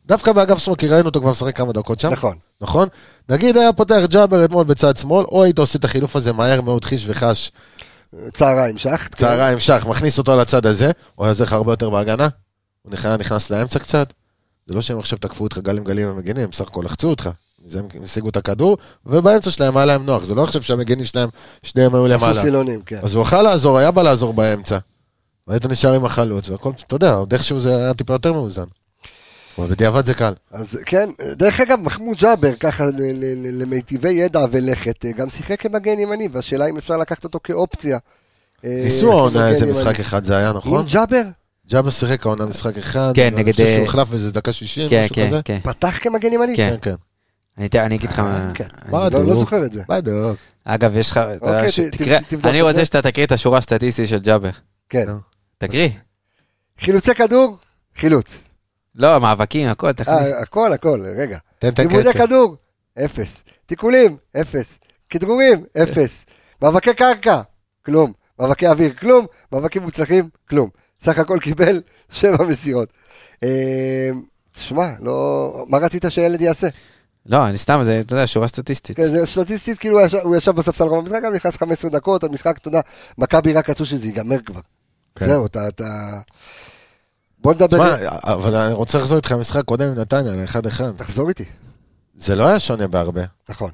E: דווקא באגף שמאל, כי ראינו אותו כבר משחק כמה דקות שם.
A: נכון.
E: נכון? נגיד היה פותח ג'אבר אתמול בצד שמאל, או היית עושה את החילוף הזה מהר מאוד חיש וחש,
A: צהריים, שח. כן.
E: צהריים שח, מכניס אותו לצד הזה, הוא היה עוזר לך הרבה יותר בהגנה, הוא נכנס, נכנס לאמצע קצת. זה לא שהם עכשיו תקפו אותך גלים גלים ומגינים, הם בסך הכל לחצו אותך. מזה הם השיגו את הכדור, ובאמצע שלהם היה להם נוח, זה לא עכשיו שהמגינים שלהם, שניהם היו למעלה.
A: עשו סילונים, כן.
E: אז הוא יכל לעזור, היה בא לעזור באמצע. והיית נשאר עם החלוץ, והכל, אתה יודע, עוד איכשהו זה היה טיפה יותר מאוזן. אבל בדיעבד זה קל.
A: אז כן, דרך אגב, מחמוד ג'אבר, ככה ל- ל- ל- למיטיבי ידע ולכת, אה, גם שיחק כמגן ימני, והשאלה אם אפשר לקחת אותו כאופציה. אה, כן,
E: ניסו העונה
A: כמגן
E: איזה
A: ימני.
E: משחק אחד זה היה, נכון?
A: עם ג'אבר?
E: ג'אבר שיחק העונה משחק אחד.
D: כן,
E: ואני
D: נגד,
E: חושב
D: אה,
E: שהוא הוחלף באיזה דקה שישים,
D: כן,
E: משהו
D: כן,
E: כזה. אה,
D: כן.
A: פתח כמגן ימני?
D: כן.
E: כן, כן.
D: אני אתן- אני אגיד לך מה...
A: כן.
D: אני-
E: מה,
A: לא- לא
E: בדיוק.
A: זוכר את זה.
E: בדיוק.
D: אגב, יש לך...
A: אוקיי,
D: ש-
A: ת- ת-
D: תקרא-
A: תבדוק
D: אני
A: את זה.
D: רוצה שאתה תקריא את השורה הסטטיסטית של ג'אבר.
A: כן.
E: נו.
D: תקריא.
A: חילוצי כדור? חילוץ.
D: לא, מאבקים, הכל, תכניס.
A: אה, הכל, הכל, רגע.
E: תן את
A: עיבודי
E: הקצב.
A: כדור? אפס. תיקולים? אפס. כדרורים? אפס. מאבקי קרקע? כלום. מאבקי אוויר? כלום. מאבקים מוצלחים? כלום. סך הכל קיבל שבע מסירות. אה, תשמע, לא... מה רצית שהילד יעשה?
D: לא, אני סתם, זה, אתה יודע, שורה סטטיסטית.
A: כן, זה סטטיסטית, כאילו הוא ישב- הוא ישב בספסל רוב המשחק, גם נכנס 15 דקות, המשחק, אתה יודע, מכבי רק רצו שזה ייגמר כבר.
E: כן.
A: זהו, אתה... אתה- בוא נדבר...
E: תשמע, אבל אני רוצה לחזור איתך למשחק קודם עם נתניה, על אחד אחד.
A: תחזור איתי.
E: זה לא היה שונה בהרבה.
A: נכון.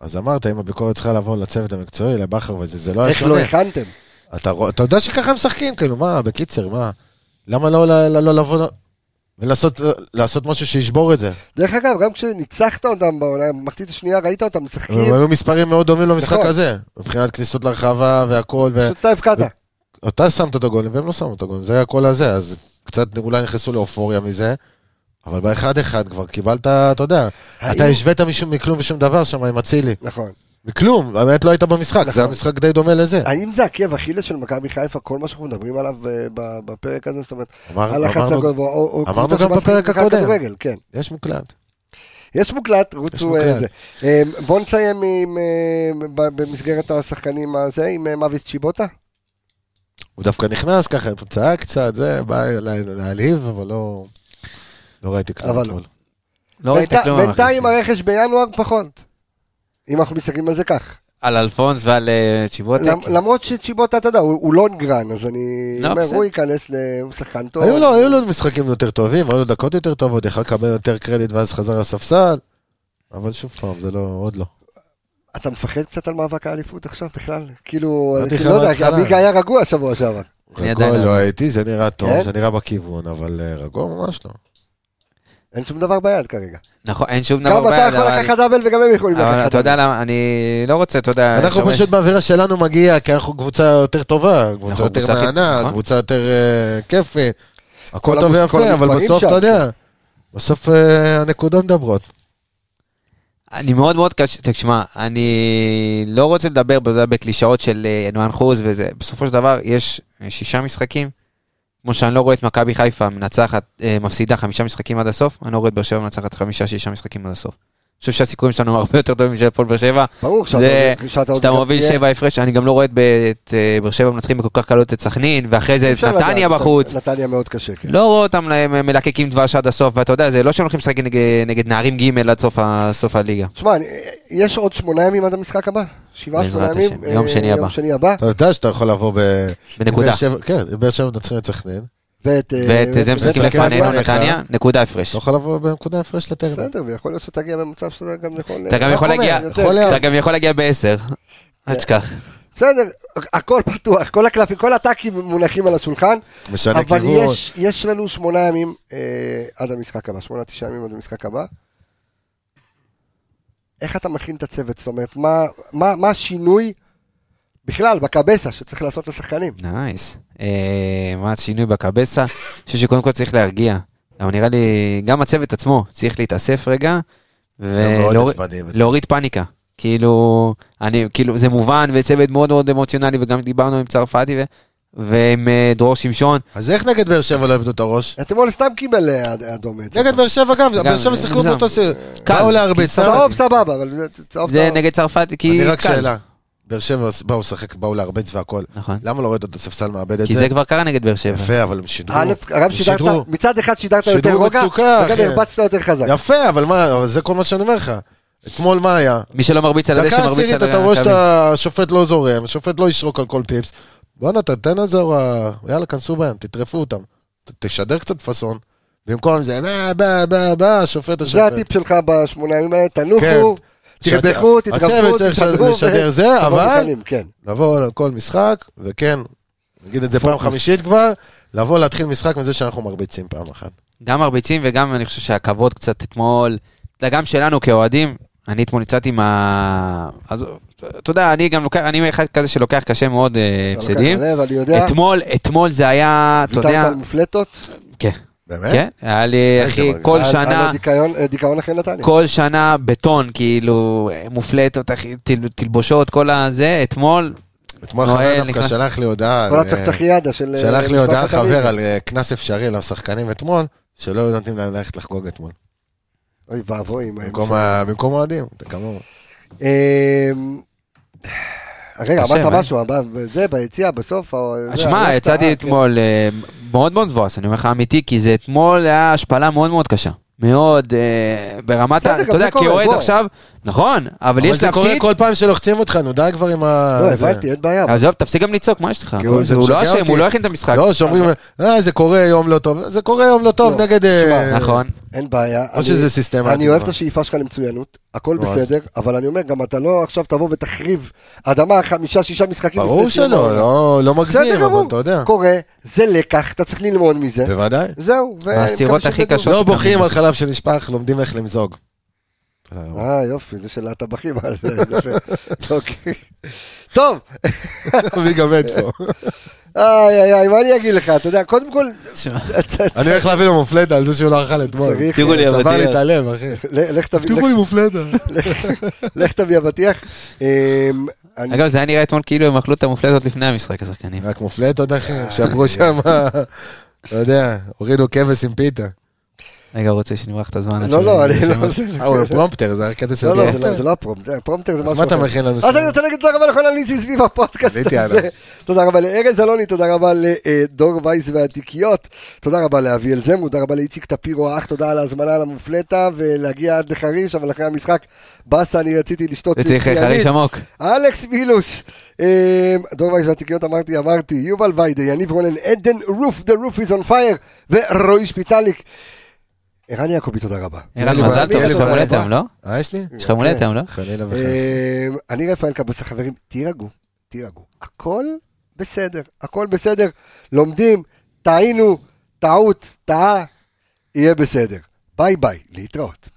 E: אז אמרת, אם הביקורת צריכה לבוא לצוות המקצועי, לבכר וזה, זה לא היה
A: איך לא
E: שונה.
A: הכנתם?
E: אתה רוא- אתה יודע שככה הם משחקים, כאילו, מה, בקיצר, מה? למה לא ל- ל- לא לבוא ל- ולעשות לעשות משהו שישבור את זה?
A: דרך אגב, גם כשניצחת אותם בעונה, במחצית השנייה, ראית אותם משחקים,
E: הם היו מספרים מאוד דומים למשחק
A: נכון.
E: הזה, מבחינת כניסות לרחבה והכל, ו-
A: פשוט אתה הבקעת.
E: אה. אתה שמת את הגולים והם לא שמו את הגולים, זה היה הכל הזה, אז קצת אולי נכנסו לאופוריה מזה, אבל באחד אחד כבר קיבלת, אתה יודע,
A: האם-
E: אתה השווית משום- מכלום ושום דבר שם עם אצילי,
A: נכון.
E: מכלום, האמת לא היית במשחק, זה היה משחק די דומה לזה.
A: האם זה עקב אכילס של מכבי חיפה, כל מה שאנחנו מדברים עליו אה, ב- בפרק הזה, זאת אומרת,
E: אמר-
A: הלחץ
E: אה, אמרנו-
A: הגבוה, או- או
E: אמרנו
A: קבוצה
E: גם
A: שמשחקת
E: בפרק
A: משחק
E: הקודם.
A: כדורגל, כן.
E: יש מוקלט.
A: יש מוקלט, רוצו
E: יש
A: אה,
E: מוקלט.
A: זה. אה, בוא נסיים עם, אה, ב- במסגרת השחקנים הזה, עם אה, מאביס צ'יבוטה.
E: הוא דווקא נכנס ככה, צעק קצת, זה, בא לה- להעליב, אבל לא... לא ראיתי כלום.
A: אבל-
E: אתמול.
D: לא ראית
A: בינת-
D: כלום.
A: בינתיים
D: אחי.
A: הרכש בינואר פחות. אם אנחנו מסתכלים על זה כך.
D: על אלפונס ועל אה, צ'יבוטק.
A: למ- למרות שצ'יבוטה, אתה יודע, הוא הוא לונגרן, אז אני
D: לא,
A: אומר,
D: בסדר.
A: הוא ייכנס, ל- הוא שחקן טוב.
E: היו לו, היו לו משחקים יותר טובים, היו לו דקות יותר טובות, יכל לקבל יותר קרדיט ואז חזר לספסל, אבל שוב פעם, זה לא, עוד לא.
A: אתה מפחד קצת על מאבק האליפות עכשיו בכלל? כאילו,
E: אמרתי
A: אני
E: לך
A: לא יודע, כי
E: בהתחלה.
A: עמיקה היה רגוע שבוע שעבר.
E: רגוע
D: אני עדיין
E: לא
D: לא.
E: הייתי, זה נראה
A: כן?
E: טוב, זה נראה בכיוון, אבל אה, רגוע ממש לא.
A: אין שום דבר ביד כרגע.
D: נכון, אין שום דבר
A: גם אתה
D: בעד,
A: יכול
D: אבל-
A: לקחת דאבל וגם הם יכולים לקחת
D: אבל
A: דאבל.
D: אתה יודע למה, אני לא רוצה, אתה יודע...
E: אנחנו
D: יש הרבה-
E: פשוט באווירה שלנו מגיע, כי אנחנו קבוצה יותר טובה, קבוצה
D: אנחנו
E: יותר
D: קבוצה הכי-
E: מהנה,
D: נכון.
E: קבוצה יותר אה, כיפית,
A: כל
E: הכל טוב
A: המס- כל
E: ויפה, אבל
A: המספרים
E: בסוף,
A: שם.
E: אתה יודע, בסוף אה, הנקודות מדברות.
D: אני מאוד מאוד קשה, תשמע, אני לא רוצה לדבר אתה יודע, בקלישאות של אה, נוען חוז וזה, בסופו של דבר יש אה, שישה משחקים, כמו שאני לא רואה את מכבי חיפה מנצחת, אה, מפסידה חמישה משחקים עד הסוף, אני לא רואה את באר שבע מנצחת חמישה, שישה משחקים עד הסוף. אני חושב שהסיכויים שלנו הרבה יותר טובים משל הפועל באר שבע,
A: ברור, שאתה-
D: זה-
A: שאתה עוד
D: כשאתה
A: גם
D: מוביל
A: תהיה-
D: שבע הפרש, אני גם לא רואה את ב- את, אה, באר שבע מנצחים בכל כך קלות את סכנין, ואחרי זה את
A: אפשר לדעת,
D: נתניה בחוץ.
A: נתניה מאוד קשה, כן.
D: לא רואה אותם להם- מלקקים דבש עד הסוף, ואתה יודע, זה לא שהם הולכים לשחק נגד- נגד נערים ג' עד סוף ה- סוף הליגה.
A: תשמע, אני- יש עוד שמונה ימים עד המשחק הבא? שבעה, שמונה
D: בעזרת
A: ימים?
D: השם, יום
A: אה,
D: שני הבא.
A: יום שני הבא.
E: אתה יודע שאתה יכול לבוא ב...
D: בנקודה.
E: באר שבע- כן, באר שבע מנצחים את סכנין,
A: ואת אה,
D: ואת זה משחקים
E: משחקים
A: כן,
D: לפנינו
E: לפניך.
D: נתניה, נקודה הפרש.
E: אתה יכול לבוא בנקודה הפרש לטרנר.
A: בסדר, ויכול להיות שתגיע במצב שאתה גם יכול... אה,
D: אתה גם
A: רק
D: יכול
A: אומר,
D: להגיע-
A: יותר.
E: יכול להיות.
D: אתה גם יכול להגיע בעשר. אל תשכח.
A: בסדר, הכל פתוח, כל הקלפים, כל הטאקים מונחים על השולחן.
E: משנה
A: אבל
E: כיוון.
A: יש, יש לנו שמונה ימים אה, עד המשחק הבא, שמונה, תשעה ימים עד המשחק הבא. איך אתה מכין את הצוות? זאת אומרת, מה, מה, מה השינוי בכלל בקבסה שצריך לעשות לשחקנים?
D: נייס. אה, מה השינוי בקבסה? אני חושב שקודם כל צריך להרגיע. אבל נראה לי, גם הצוות עצמו צריך להתאסף רגע.
E: הם מאוד
D: ולהוריד-
E: עצבניים.
D: להוריד פאניקה. כאילו, אני, כאילו, זה מובן, וצוות מאוד מאוד אמוציונלי, וגם דיברנו עם צרפתי ו... ועם אה, דרור שמשון.
E: אז איך נגד באר שבע לא איבדו את הראש?
A: אתמול סתם קיבל אה, אד- אדום בעצם.
E: נגד באר שבע גם,
D: גם,
E: באר שבע
D: זה
E: שיחקו
D: מוגזם.
E: באותו סיר.
D: קל,
E: באו להרביץ.
D: כי
A: צהוב סבבה, אבל זה- צהוב
D: זה
A: סבבה.
D: נגד צרפתי, כי...
E: אני רק
D: קל.
E: שאלה. באר שבע באו לשחק, באו להרביץ והכל.
D: נכון.
E: למה לא ראית את הספסל מאבד את
D: כי זה
E: זה?
D: כבר קרה נגד באר שבע.
E: יפה, אבל הם שידרו.
A: א',
E: הם
A: גם
E: שידרו.
A: שידרת, מצד אחד שידרת יותר
E: שידרו
A: רוגע,
E: מצוקה,
A: וגם
E: אחי.
A: הרבצת יותר חזק.
E: יפה, אבל מה, אבל זה כל מה שאני אומר לך. אתמול מה היה?
D: מי שלא מרביץ על זה
E: דקה
D: שמרביץ
E: עשירית
D: על
E: אתה רואה
D: הקווים.
E: שהשופט לא זורם, השופט לא ישרוק על כל פיפס. בואנה, תתן את זה, הוראה. יאללה, כנסו בהם, תטרפו אותם. ת- תשדר קצת פאסון. במקום זה, בא, בא, בא, בא, השופט, השופט.
A: זה הטיפ שלך בשמונה ימים האלה, תנוחו,
E: כן. שהצ-
A: תרבחו,
E: הצוות
A: תתרבחו,
E: צריך
A: תסדרו.
E: לשדר
A: ו-
E: זה,
A: תבואו
E: אבל
A: לשחקנים, כן.
E: לבוא לכל משחק, וכן, נגיד את זה פעם חמישית כבר, לבוא להתחיל משחק מזה שאנחנו מרביצים פעם אחת.
D: גם מרביצים וגם אני חושב שהכבוד קצת אתמול, אתה יודע, גם שלנו כאוהדים, אני אתמול יצאתי עם ה... אז אתה יודע, אני גם לוקח, אני אחד כזה שלוקח קשה מאוד אה,
A: אתה לוקח
D: הפסדים.
A: ללב, אני יודע.
D: אתמול, אתמול זה היה, אתה
A: ויתרת
D: יודע,
A: על מופלטות?
D: כן,
E: באמת?
D: כן, היה לי,
E: איזה
D: אחי,
E: אה? מרגיז. לא
D: כל
A: על- על
D: שנה,
A: הדיכאון- אה, דיכאון אחרי נתניה.
D: כל שנה בטון, כאילו, מופלטות, אחי, תל- תלבושות, כל הזה, אתמול,
E: אתמול
D: נועל,
E: חבר דווקא
D: נכנס-
E: שלח לי הודעה,
A: כל
E: על, אה,
A: הצחצחיאדה של... לא אה,
E: שלח לי
A: משפחת
E: הודעה
A: עמית.
E: חבר על אה, קנס אפשרי לשחקנים אתמול, שלא נותנים להם ללכת לחגוג אתמול.
A: אוי ואבוי. אם-
E: במקום ה- במקום האוהדים, אתה כמוהו.
A: אה, רגע,
D: השם,
A: אמרת
D: אה?
A: משהו, אמר- זה ביציאה, בסוף. או- זה,
D: שמע,
A: הלכת, אה,
D: יצאתי
A: כן.
D: אתמול אה, מאוד מאוד מבואס, אני אומר לך אמיתי, כי זה אתמול היה השפלה מאוד מאוד קשה. מאוד, אה, ברמת,
A: בסדר,
D: ה-
A: גם
D: אתה יודע,
A: זה קורה,
D: כאוהד
A: בוא.
D: עכשיו, נכון, אבל
E: אבל
D: יש
E: זה קורה
D: להפסיד,
E: כל פעם שלוחצים אותך, נו די כבר עם ה...
A: לא,
E: זה.
A: הבנתי, אין בעיה.
E: אה,
D: עזוב, תפסיק גם לצעוק, מה יש לך?
E: כאילו, זה
D: הוא לא
E: משגע
D: אשם,
E: אותי.
D: הוא לא הכין את המשחק.
E: לא, שאומרים, אה, זה קורה יום לא טוב. זה קורה יום לא טוב
A: לא,
E: נגד... אה,
A: תשמע,
D: נכון.
A: אין בעיה.
E: או
A: אני-
E: שזה סיסטמה
A: אני
E: עתירה.
A: אוהב את השאיפה שלך למצוינות, הכל
E: לא, אז-
A: בסדר, אבל אני אומר, גם אתה לא עכשיו תבוא ותחריב אדמה חמישה, שישה משחקים.
E: ברור
A: לפני סיום
E: שלא,
A: העונה.
E: לא- לא
A: בסדר
E: מגזים, אבל
A: גמור,
E: אתה יודע.
A: קורה, זה לקח, אתה צריך ללמוד מזה.
E: בוודאי.
A: זהו. ו-
D: הסתירות
A: מקווה
D: הכי
A: שתדעו.
D: קשות.
E: לא בוכים על חלב שנשפך, לומדים איך למזוג. תודה רבה.
A: אה, יופי, זה של הטבחים. אז זה יפה. אוקיי. טוב,
E: מי גם מת פה.
A: איי איי איי, מה אני אגיד לך, אתה יודע, קודם כל,
E: אני הולך להביא לו מופלטה על זה שהוא לא אכל אתמול.
A: צריך- אה,
F: תראו לי,
E: שבר לי את
F: אבטיח.
E: הלב, אחי.
A: ל- לך תביא-
E: תפתחו לי מופלטה.
A: לך תביא אבטיח. אמ, אני-
D: אגב, זה היה נראה אתמול כאילו הם אכלו את המופלטות לפני המשחק, השחקנים.
E: רק מופלטות, אחי, שברו שם, לא יודע, הורידו כבש עם פיתה.
D: רגע, רוצה שנמרח את הזמן. עד
A: לא,
D: שהוא-
A: לא, אני לא...
E: אה, הוא פרומפטר, זה הקטע של
A: לא, לא, זה
E: פרומפטר.
A: לא- זה לא הפרומפטר, הפרומפטר זה
E: כן. אז
A: משהו
E: מה אתה
A: אחר.
E: מכין לנו
A: אז
E: שם?
A: אני רוצה להגיד תודה רבה לכל הניצים סביב הפודקאסט
E: עליתי
A: הזה.
E: עליו.
A: תודה רבה לארז אלוני, תודה רבה לדור וייס והתיקיות, תודה רבה לאביאל זמרו, תודה רבה לאיציק טפירו האח, תודה על ההזמנה למופלטה ולהגיע עד לחריש, אבל אחרי המשחק, באסה, אני רציתי לשתות
D: זה צריך
A: ציאנית.
D: חריש עמוק.
A: אלכס מילוש, אה, דור וייס והתיקיות אמרתי, אמרתי, יובל ויידה, יניב רונן, עדן רוף, the roof is on fire, ורועי שפיטליק. ערן יעקבי, תודה רבה.
D: ערן,
E: לי
D: מזל
E: בעיה,
D: טוב,
E: לי
D: יש לך
E: בעיה.
D: מולדת היום, לא?
E: אה, יש לי?
D: יש
A: כן.
D: לך מולדת היום, לא?
E: חלילה וחס.
A: אה, אני רפאל קבס, חברים, תירגעו, תירגעו. הכל בסדר, הכל בסדר. לומדים, טעינו, טעות, טעה, יהיה בסדר. ביי ביי, להתראות.